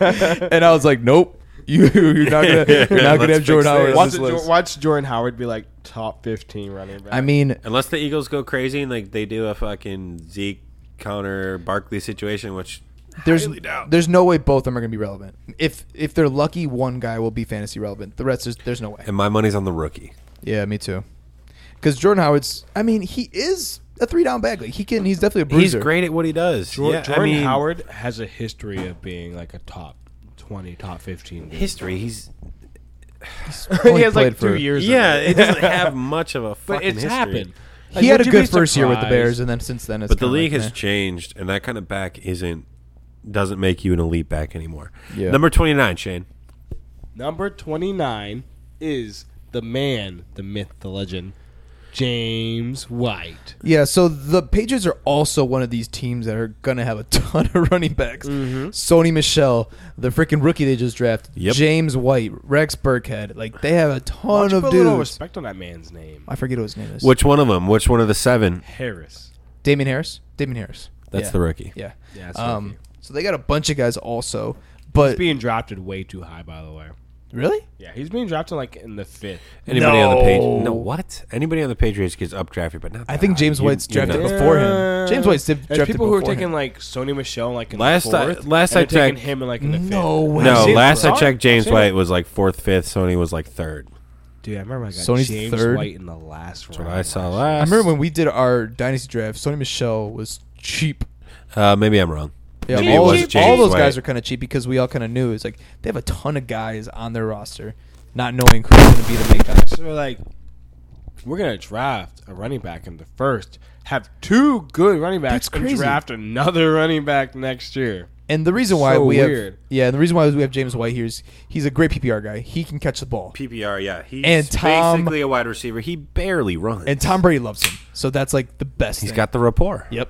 [SPEAKER 4] and I was like, nope. You, you're not gonna, you're not gonna
[SPEAKER 2] Let's
[SPEAKER 4] have Jordan
[SPEAKER 2] fix
[SPEAKER 4] Howard
[SPEAKER 2] this.
[SPEAKER 4] on
[SPEAKER 3] Watch,
[SPEAKER 4] this
[SPEAKER 3] it-
[SPEAKER 4] list.
[SPEAKER 3] watch Jordan Howard be like top 15 running back.
[SPEAKER 4] I mean,
[SPEAKER 2] Unless the Eagles go crazy and like they do a fucking Zeke counter Barkley situation, which
[SPEAKER 4] there's
[SPEAKER 2] highly doubt.
[SPEAKER 4] there's no way both of them are gonna be relevant. If if they're lucky, one guy will be fantasy relevant. The rest, there's, there's no way.
[SPEAKER 2] and my money's on the rookie.
[SPEAKER 4] Yeah, me too. Because Jordan Howard's, I mean, he is a three down bag. Like he can, he's definitely a bruiser.
[SPEAKER 2] He's great at what he does.
[SPEAKER 3] Jor-
[SPEAKER 2] yeah,
[SPEAKER 3] Jordan
[SPEAKER 2] I mean,
[SPEAKER 3] Howard has a history of being like a top 20, top 15. Dude.
[SPEAKER 2] history. He's
[SPEAKER 4] Only
[SPEAKER 3] he has like
[SPEAKER 4] played
[SPEAKER 3] two
[SPEAKER 4] for-
[SPEAKER 3] years. of
[SPEAKER 2] yeah.
[SPEAKER 3] it.
[SPEAKER 2] It doesn't have much of a
[SPEAKER 3] but
[SPEAKER 2] fucking
[SPEAKER 3] it's
[SPEAKER 2] history.
[SPEAKER 3] happened. Like,
[SPEAKER 4] he had a
[SPEAKER 3] would you be
[SPEAKER 4] good first year with the
[SPEAKER 3] surprised?
[SPEAKER 4] Bears, and then since then, it's
[SPEAKER 2] But the
[SPEAKER 4] kinda
[SPEAKER 2] league
[SPEAKER 4] like,
[SPEAKER 2] has
[SPEAKER 4] meh.
[SPEAKER 2] changed, and that kind of back isn't doesn't make you an elite back anymore.
[SPEAKER 4] Yeah.
[SPEAKER 2] Number twenty nine, Shane.
[SPEAKER 3] Number 29 is the man, the myth, the legend, James White.
[SPEAKER 4] Yeah, so the Patriots are also one of these teams that are gonna have a ton of running backs. Sony Michelle, the freaking rookie they just drafted,
[SPEAKER 2] Mm-hmm. Yep.
[SPEAKER 4] James White, Rex Burkhead, like they have a
[SPEAKER 3] Why
[SPEAKER 4] ton
[SPEAKER 3] don't you
[SPEAKER 4] of
[SPEAKER 3] put a little
[SPEAKER 4] dudes.
[SPEAKER 3] respect on that man's name.
[SPEAKER 4] I forget what his name is.
[SPEAKER 2] Which one of them? Which one of the seven?
[SPEAKER 3] Harris.
[SPEAKER 4] Damien Harris? Damien Harris.
[SPEAKER 2] That's
[SPEAKER 4] Yeah.
[SPEAKER 2] the rookie.
[SPEAKER 4] Yeah.
[SPEAKER 3] Yeah, that's
[SPEAKER 4] Um.
[SPEAKER 3] rookie.
[SPEAKER 4] So they got a bunch of guys also, but
[SPEAKER 3] Being drafted way too high, by the way.
[SPEAKER 4] really,
[SPEAKER 3] Yeah, he's being drafted like in the fifth.
[SPEAKER 2] Anybody on the
[SPEAKER 4] No.
[SPEAKER 2] page? No, what? Anybody on the Patriots gets updrafted, but not.
[SPEAKER 4] I think
[SPEAKER 2] that.
[SPEAKER 4] James
[SPEAKER 2] You-
[SPEAKER 4] White's
[SPEAKER 2] you're
[SPEAKER 4] drafted
[SPEAKER 2] not-
[SPEAKER 4] before him. James White's
[SPEAKER 3] There's
[SPEAKER 4] drafted before
[SPEAKER 3] people who are
[SPEAKER 4] him.
[SPEAKER 3] taking like Sony Michelle like in
[SPEAKER 2] Last
[SPEAKER 3] the
[SPEAKER 2] I-
[SPEAKER 3] fourth.
[SPEAKER 2] last
[SPEAKER 3] and
[SPEAKER 2] I
[SPEAKER 3] they're taking
[SPEAKER 2] checked-
[SPEAKER 3] him in like in the
[SPEAKER 4] no
[SPEAKER 3] fifth.
[SPEAKER 4] way.
[SPEAKER 2] No,
[SPEAKER 3] seen it,
[SPEAKER 2] last I
[SPEAKER 3] bro.
[SPEAKER 2] checked,
[SPEAKER 3] I've
[SPEAKER 2] James
[SPEAKER 3] seen
[SPEAKER 2] White
[SPEAKER 3] it.
[SPEAKER 2] was like fourth, fifth. Sony was like third.
[SPEAKER 3] Dude, I remember I got
[SPEAKER 4] Sony's
[SPEAKER 3] James
[SPEAKER 4] third.
[SPEAKER 3] White in the last round.
[SPEAKER 2] What I saw
[SPEAKER 3] last.
[SPEAKER 4] I
[SPEAKER 2] last.
[SPEAKER 4] remember when we did our dynasty draft, Sony Michelle was cheap.
[SPEAKER 2] Uh, maybe I'm wrong.
[SPEAKER 4] Yeah,
[SPEAKER 2] Maybe it
[SPEAKER 4] all,
[SPEAKER 2] was
[SPEAKER 4] those-
[SPEAKER 2] James
[SPEAKER 4] all those
[SPEAKER 2] White.
[SPEAKER 4] guys are kind of cheap because we all kind of knew it's like they have a ton of guys on their roster, not knowing who's going to be the big guys.
[SPEAKER 3] So we're like, we're gonna draft a running back in the first. Have two good running backs
[SPEAKER 4] That's
[SPEAKER 3] and
[SPEAKER 4] crazy.
[SPEAKER 3] draft another running back next year.
[SPEAKER 4] And the reason why
[SPEAKER 3] So
[SPEAKER 4] we
[SPEAKER 3] weird.
[SPEAKER 4] have yeah, and the reason why we have James White here is he's a great PPR guy. He can catch the ball,
[SPEAKER 2] PPR, yeah, he's
[SPEAKER 4] And Tom-
[SPEAKER 2] basically a wide receiver. He barely runs.
[SPEAKER 4] and Tom Brady loves him, so that's like the best.
[SPEAKER 2] he's
[SPEAKER 4] thing.
[SPEAKER 2] got the rapport.
[SPEAKER 4] yep.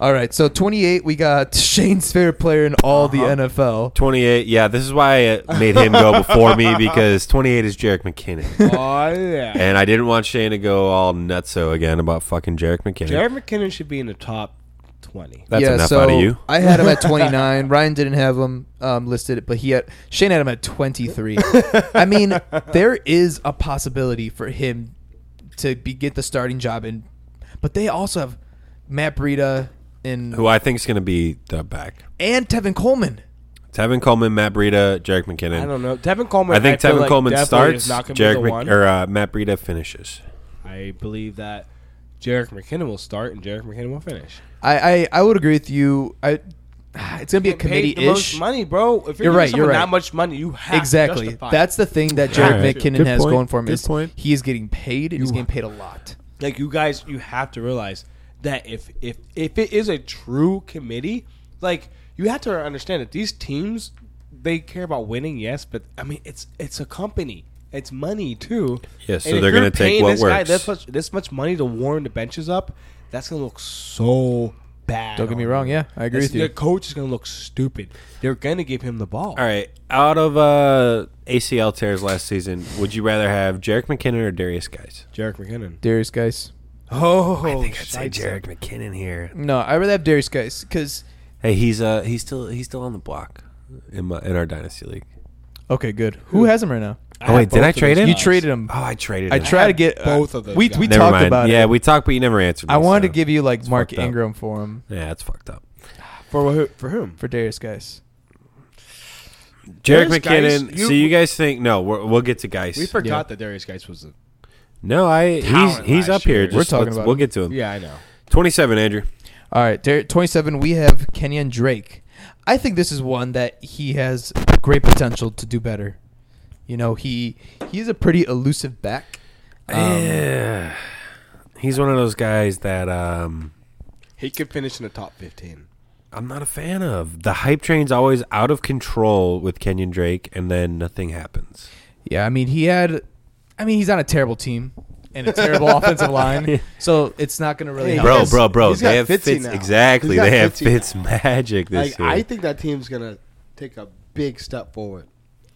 [SPEAKER 4] All right, so 28, we got Shane's favorite player in all
[SPEAKER 3] Uh-huh.
[SPEAKER 4] the NFL.
[SPEAKER 2] 28. Yeah, this is why I made him go before me because 28 is Jarek McKinnon.
[SPEAKER 3] oh yeah,
[SPEAKER 2] And I didn't want Shane to go all nutso again about fucking Jarek McKinnon.
[SPEAKER 3] Jared McKinnon should be in the top twenty.
[SPEAKER 2] That's
[SPEAKER 4] yeah,
[SPEAKER 2] enough
[SPEAKER 4] so
[SPEAKER 2] out of you.
[SPEAKER 4] I had him at 29. Ryan didn't have him um, listed, but he had Shane had him at 23. I mean, there is a possibility for him to be, get the starting job in, but they also have Matt Breida and
[SPEAKER 2] Who I think is going to be the back.
[SPEAKER 4] and Tevin Coleman.
[SPEAKER 2] Tevin Coleman, Matt Breida, Jarek McKinnon.
[SPEAKER 3] I don't know. Devin Coleman.
[SPEAKER 2] I think
[SPEAKER 3] feel
[SPEAKER 2] Tevin
[SPEAKER 3] like
[SPEAKER 2] Coleman
[SPEAKER 3] definitely
[SPEAKER 2] starts.
[SPEAKER 3] is not gonna be the
[SPEAKER 2] Jarek Mc-
[SPEAKER 3] one.
[SPEAKER 2] or uh, Matt Breida finishes.
[SPEAKER 3] I believe that Jarek McKinnon will start and Jarek McKinnon will finish.
[SPEAKER 4] I, I I would agree with you. I it's gonna be a committee
[SPEAKER 3] the most
[SPEAKER 4] ish.
[SPEAKER 3] money, bro. If you're,
[SPEAKER 4] You're
[SPEAKER 3] giving
[SPEAKER 4] right, you're
[SPEAKER 3] someone
[SPEAKER 4] right.
[SPEAKER 3] That much money, you have to
[SPEAKER 4] Exactly.
[SPEAKER 3] justify it.
[SPEAKER 4] That's the thing that
[SPEAKER 2] Yeah.
[SPEAKER 4] Jared
[SPEAKER 2] Alright.
[SPEAKER 4] McKinnon
[SPEAKER 2] Good
[SPEAKER 4] has
[SPEAKER 2] point.
[SPEAKER 4] going for him
[SPEAKER 2] Good
[SPEAKER 4] is
[SPEAKER 2] point.
[SPEAKER 4] he is getting paid and he's getting paid a lot.
[SPEAKER 3] like you guys you have to realize that if if if it is a true committee like you have to understand that these teams they care about winning yes but i mean it's it's a company it's money too
[SPEAKER 2] Yeah, so
[SPEAKER 3] And if
[SPEAKER 2] they're gonna
[SPEAKER 3] you're
[SPEAKER 2] take
[SPEAKER 3] paying
[SPEAKER 2] what
[SPEAKER 3] this guy
[SPEAKER 2] works.
[SPEAKER 3] this much, this much money to warm the benches up that's gonna look so bad
[SPEAKER 4] Don't get me
[SPEAKER 3] on
[SPEAKER 4] wrong.
[SPEAKER 3] you.
[SPEAKER 4] Yeah, I agree
[SPEAKER 3] That's-
[SPEAKER 4] with you.
[SPEAKER 3] the coach is gonna look stupid they're gonna give him the ball
[SPEAKER 2] All right. Out of uh, ACL tears last season, would you rather have Jarek McKinnon or Darius Guys?
[SPEAKER 3] Jarek McKinnon.
[SPEAKER 4] Darius guys.
[SPEAKER 3] Oh,
[SPEAKER 2] I think I'd say Jarek McKinnon here.
[SPEAKER 4] No, I rather have Darius guys because
[SPEAKER 2] Hey, he's uh he's still he's still on the block in my in our dynasty league.
[SPEAKER 4] Okay, good. Who has him right now?
[SPEAKER 2] Oh, wait, did I trade him?
[SPEAKER 4] You traded him.
[SPEAKER 2] Oh, I traded.
[SPEAKER 4] I
[SPEAKER 2] him.
[SPEAKER 4] tried to get uh,
[SPEAKER 3] both of those
[SPEAKER 4] We
[SPEAKER 3] guys.
[SPEAKER 4] we
[SPEAKER 2] Never
[SPEAKER 4] talked
[SPEAKER 2] mind.
[SPEAKER 4] about
[SPEAKER 2] yeah,
[SPEAKER 4] it.
[SPEAKER 2] we talked, but you never answered.
[SPEAKER 4] I
[SPEAKER 2] me,
[SPEAKER 4] wanted
[SPEAKER 2] so-
[SPEAKER 4] to give you like Mark
[SPEAKER 2] fucked up.
[SPEAKER 4] Ingram for him
[SPEAKER 2] Yeah, it's fucked up.
[SPEAKER 3] for who, for whom
[SPEAKER 4] for Darius guys.
[SPEAKER 2] Jarek
[SPEAKER 3] Darius
[SPEAKER 2] McKinnon.
[SPEAKER 3] Geis, you-
[SPEAKER 2] so you guys think no? We're, we'll get to guys.
[SPEAKER 3] we forgot that Darius Geis was a
[SPEAKER 2] no, I he's
[SPEAKER 3] Talent
[SPEAKER 2] he's
[SPEAKER 3] last
[SPEAKER 2] up here.
[SPEAKER 3] year.
[SPEAKER 2] Just
[SPEAKER 4] We're talking
[SPEAKER 2] let's-
[SPEAKER 4] about
[SPEAKER 2] We'll
[SPEAKER 4] him.
[SPEAKER 2] get to him.
[SPEAKER 3] yeah I know
[SPEAKER 2] Twenty-seven, Andrew.
[SPEAKER 4] All right, Dar- 27 we have Kenyon Drake. I think this is one that he has great potential to do better. You know, he he's a pretty elusive back. Um,
[SPEAKER 2] yeah. Um, He's one of those guys that um
[SPEAKER 3] He could finish in the top 15.
[SPEAKER 2] I'm not a fan of. The hype train's always out of control with Kenyon Drake, and then nothing happens.
[SPEAKER 4] Yeah, I mean, he had I mean, he's on a terrible team and a terrible offensive line, so it's not going to really
[SPEAKER 5] Hey,
[SPEAKER 4] help.
[SPEAKER 2] bro,
[SPEAKER 5] has-
[SPEAKER 2] bro, bro.
[SPEAKER 3] he's got
[SPEAKER 2] They have
[SPEAKER 3] Fitzy
[SPEAKER 2] Fitz
[SPEAKER 3] now.
[SPEAKER 2] exactly.
[SPEAKER 3] He's got
[SPEAKER 2] They have
[SPEAKER 3] Fitzy now.
[SPEAKER 2] Fitz magic this
[SPEAKER 3] Like, I
[SPEAKER 2] year.
[SPEAKER 3] think that team's gonna take a big step forward,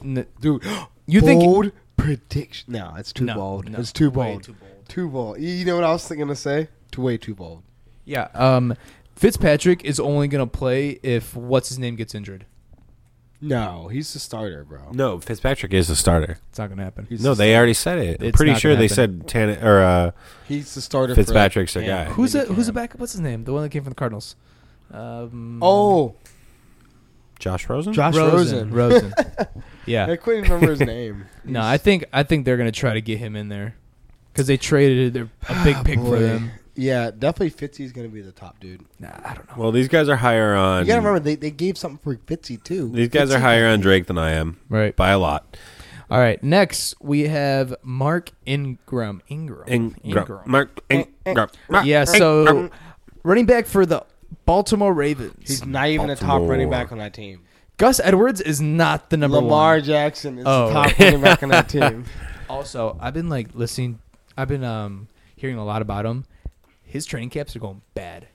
[SPEAKER 4] N-
[SPEAKER 3] dude.
[SPEAKER 4] You think-
[SPEAKER 3] bold prediction? No, it's too
[SPEAKER 4] No,
[SPEAKER 3] bold.
[SPEAKER 4] no.
[SPEAKER 3] It's too
[SPEAKER 4] Way
[SPEAKER 3] bold.
[SPEAKER 4] too bold.
[SPEAKER 3] Too bold. You you know what I was thinking to say? Too way too bold.
[SPEAKER 4] Yeah. Um, Fitzpatrick is only going to play if what's his name gets injured.
[SPEAKER 3] No, he's the starter, bro.
[SPEAKER 2] No, Fitzpatrick is a starter.
[SPEAKER 4] It's not going to happen.
[SPEAKER 3] He's
[SPEAKER 2] No,
[SPEAKER 3] the,
[SPEAKER 2] they already said it. I'm
[SPEAKER 4] It's
[SPEAKER 2] pretty
[SPEAKER 4] not
[SPEAKER 2] sure
[SPEAKER 4] gonna
[SPEAKER 2] they
[SPEAKER 4] happen.
[SPEAKER 2] said Tan or uh,
[SPEAKER 3] he's the starter. for-
[SPEAKER 2] Fitzpatrick's a
[SPEAKER 3] Yeah.
[SPEAKER 2] guy.
[SPEAKER 4] who's
[SPEAKER 3] I
[SPEAKER 4] a,
[SPEAKER 3] think he
[SPEAKER 4] who's
[SPEAKER 3] can.
[SPEAKER 4] the backup? What's his name? The one that came from the Cardinals. Um,
[SPEAKER 3] oh,
[SPEAKER 2] Josh Rosen.
[SPEAKER 3] Josh
[SPEAKER 4] Rosen.
[SPEAKER 3] Rosen.
[SPEAKER 4] Rosen. yeah.
[SPEAKER 3] I couldn't remember his name.
[SPEAKER 4] No,
[SPEAKER 3] He's-
[SPEAKER 4] I think I think they're going to try to get him in there because they traded their, a big pick for
[SPEAKER 3] Ah, Boy.
[SPEAKER 4] them.
[SPEAKER 3] Yeah, definitely Fitzy's gonna be the top dude.
[SPEAKER 4] Nah, I don't know.
[SPEAKER 2] Well, these guys are higher on.
[SPEAKER 3] You gotta remember they, they gave something for Fitzy too.
[SPEAKER 2] these guys are
[SPEAKER 3] Fitzy-
[SPEAKER 2] higher on Drake than I am
[SPEAKER 4] Right.
[SPEAKER 2] by a lot.
[SPEAKER 4] All right. Next, we have Mark Ingram. Ingram.
[SPEAKER 2] Ingram. Mark Ingram. Mark
[SPEAKER 4] Yeah. So,
[SPEAKER 2] Ingram.
[SPEAKER 4] running back for the Baltimore Ravens.
[SPEAKER 3] He's not even a top
[SPEAKER 2] Baltimore.
[SPEAKER 3] running back on that team.
[SPEAKER 4] Gus Edwards is not the number
[SPEAKER 3] Lamar
[SPEAKER 4] one.
[SPEAKER 3] Jackson is
[SPEAKER 4] Oh.
[SPEAKER 3] the top running back on that team.
[SPEAKER 4] Also, I've been like listening. I've been um hearing a lot about him. His training camps are going bad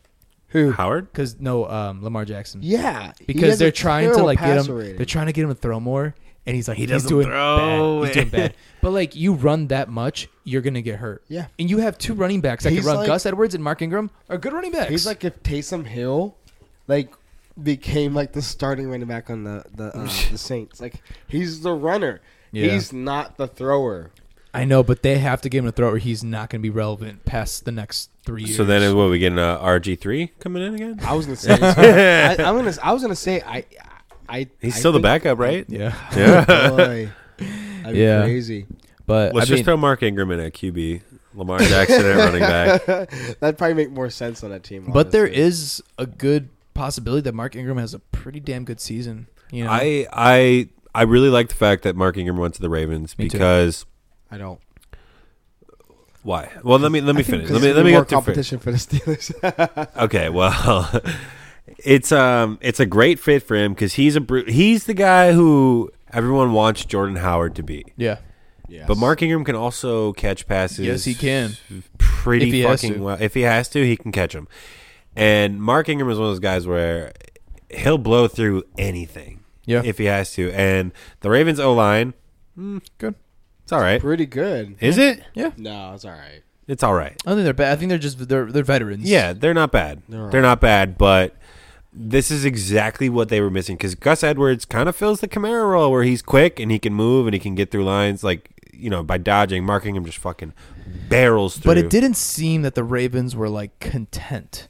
[SPEAKER 3] Who?
[SPEAKER 2] Howard.
[SPEAKER 4] because no um Lamar Jackson.
[SPEAKER 3] Yeah, he
[SPEAKER 4] because
[SPEAKER 3] has
[SPEAKER 4] they're
[SPEAKER 3] a
[SPEAKER 4] trying to
[SPEAKER 3] terrible
[SPEAKER 4] like get
[SPEAKER 3] passer
[SPEAKER 4] him.
[SPEAKER 3] rating.
[SPEAKER 4] They're trying to get him to throw more, and he's like, he
[SPEAKER 2] doesn't
[SPEAKER 4] he's doing
[SPEAKER 2] throw
[SPEAKER 4] bad. He's doing bad. But like, you run that much, you're gonna get hurt.
[SPEAKER 3] Yeah.
[SPEAKER 4] and you have two running backs that
[SPEAKER 3] He's
[SPEAKER 4] can run.
[SPEAKER 3] like-
[SPEAKER 4] Gus Edwards and Mark Ingram are good running backs.
[SPEAKER 3] He's like if Taysom Hill, like, became like the starting running back on the the, uh, the Saints. Like he's the runner.
[SPEAKER 4] Yeah.
[SPEAKER 3] He's not the thrower.
[SPEAKER 4] I know, but they have to give him a throw, or he's not gonna be relevant past the next three years.
[SPEAKER 2] So then, is what we getting? Uh, RG three coming in again?
[SPEAKER 3] I was gonna say. I, I'm gonna. I was gonna say. I. I.
[SPEAKER 2] He's
[SPEAKER 3] I
[SPEAKER 2] still the
[SPEAKER 3] think-
[SPEAKER 2] backup, right?
[SPEAKER 4] yeah,
[SPEAKER 2] Yeah.
[SPEAKER 3] Boy, that'd be
[SPEAKER 4] Yeah.
[SPEAKER 3] crazy.
[SPEAKER 4] but
[SPEAKER 2] Let's
[SPEAKER 4] I mean,
[SPEAKER 2] just throw Mark Ingram in at QB. Lamar Jackson at running back.
[SPEAKER 3] That'd probably make more sense on that team.
[SPEAKER 4] but there
[SPEAKER 3] honestly.
[SPEAKER 4] is a good possibility that Mark Ingram has a pretty damn good season. You know,
[SPEAKER 2] I I I really like the fact that Mark Ingram went to the Ravens
[SPEAKER 4] Me too.
[SPEAKER 2] because
[SPEAKER 3] I don't.
[SPEAKER 2] why? Well, let me let me finish. Let
[SPEAKER 3] There's
[SPEAKER 2] me
[SPEAKER 3] gonna
[SPEAKER 2] let
[SPEAKER 3] be
[SPEAKER 2] me
[SPEAKER 3] more
[SPEAKER 2] go through. first.
[SPEAKER 3] competition for the Steelers.
[SPEAKER 2] Okay, well, it's um it's a great fit for him because he's a bru- he's the guy who everyone wants Jordan Howard to be.
[SPEAKER 4] yeah,
[SPEAKER 3] yes.
[SPEAKER 2] But Mark Ingram can also catch passes.
[SPEAKER 4] Yes, he can.
[SPEAKER 2] Pretty
[SPEAKER 4] If he has
[SPEAKER 2] fucking
[SPEAKER 4] to.
[SPEAKER 2] well. If he has to, he can catch them. And Mark Ingram is one of those guys where he'll blow through anything.
[SPEAKER 4] Yeah.
[SPEAKER 2] If he has to. And the Ravens O line,
[SPEAKER 4] good.
[SPEAKER 2] it's all right.
[SPEAKER 3] pretty good.
[SPEAKER 2] Is it?
[SPEAKER 4] Yeah,
[SPEAKER 3] No, it's all right.
[SPEAKER 2] It's all right.
[SPEAKER 4] I don't think they're bad. I think they're just they're they're veterans.
[SPEAKER 2] Yeah, they're not bad. They're,
[SPEAKER 3] They're
[SPEAKER 2] not bad, but this is exactly what they were missing because Gus Edwards kind of fills the Camaro role where he's quick and he can move and he can get through lines like you know by dodging. Mark Ingram just fucking barrels through.
[SPEAKER 4] But it didn't seem that the Ravens were like content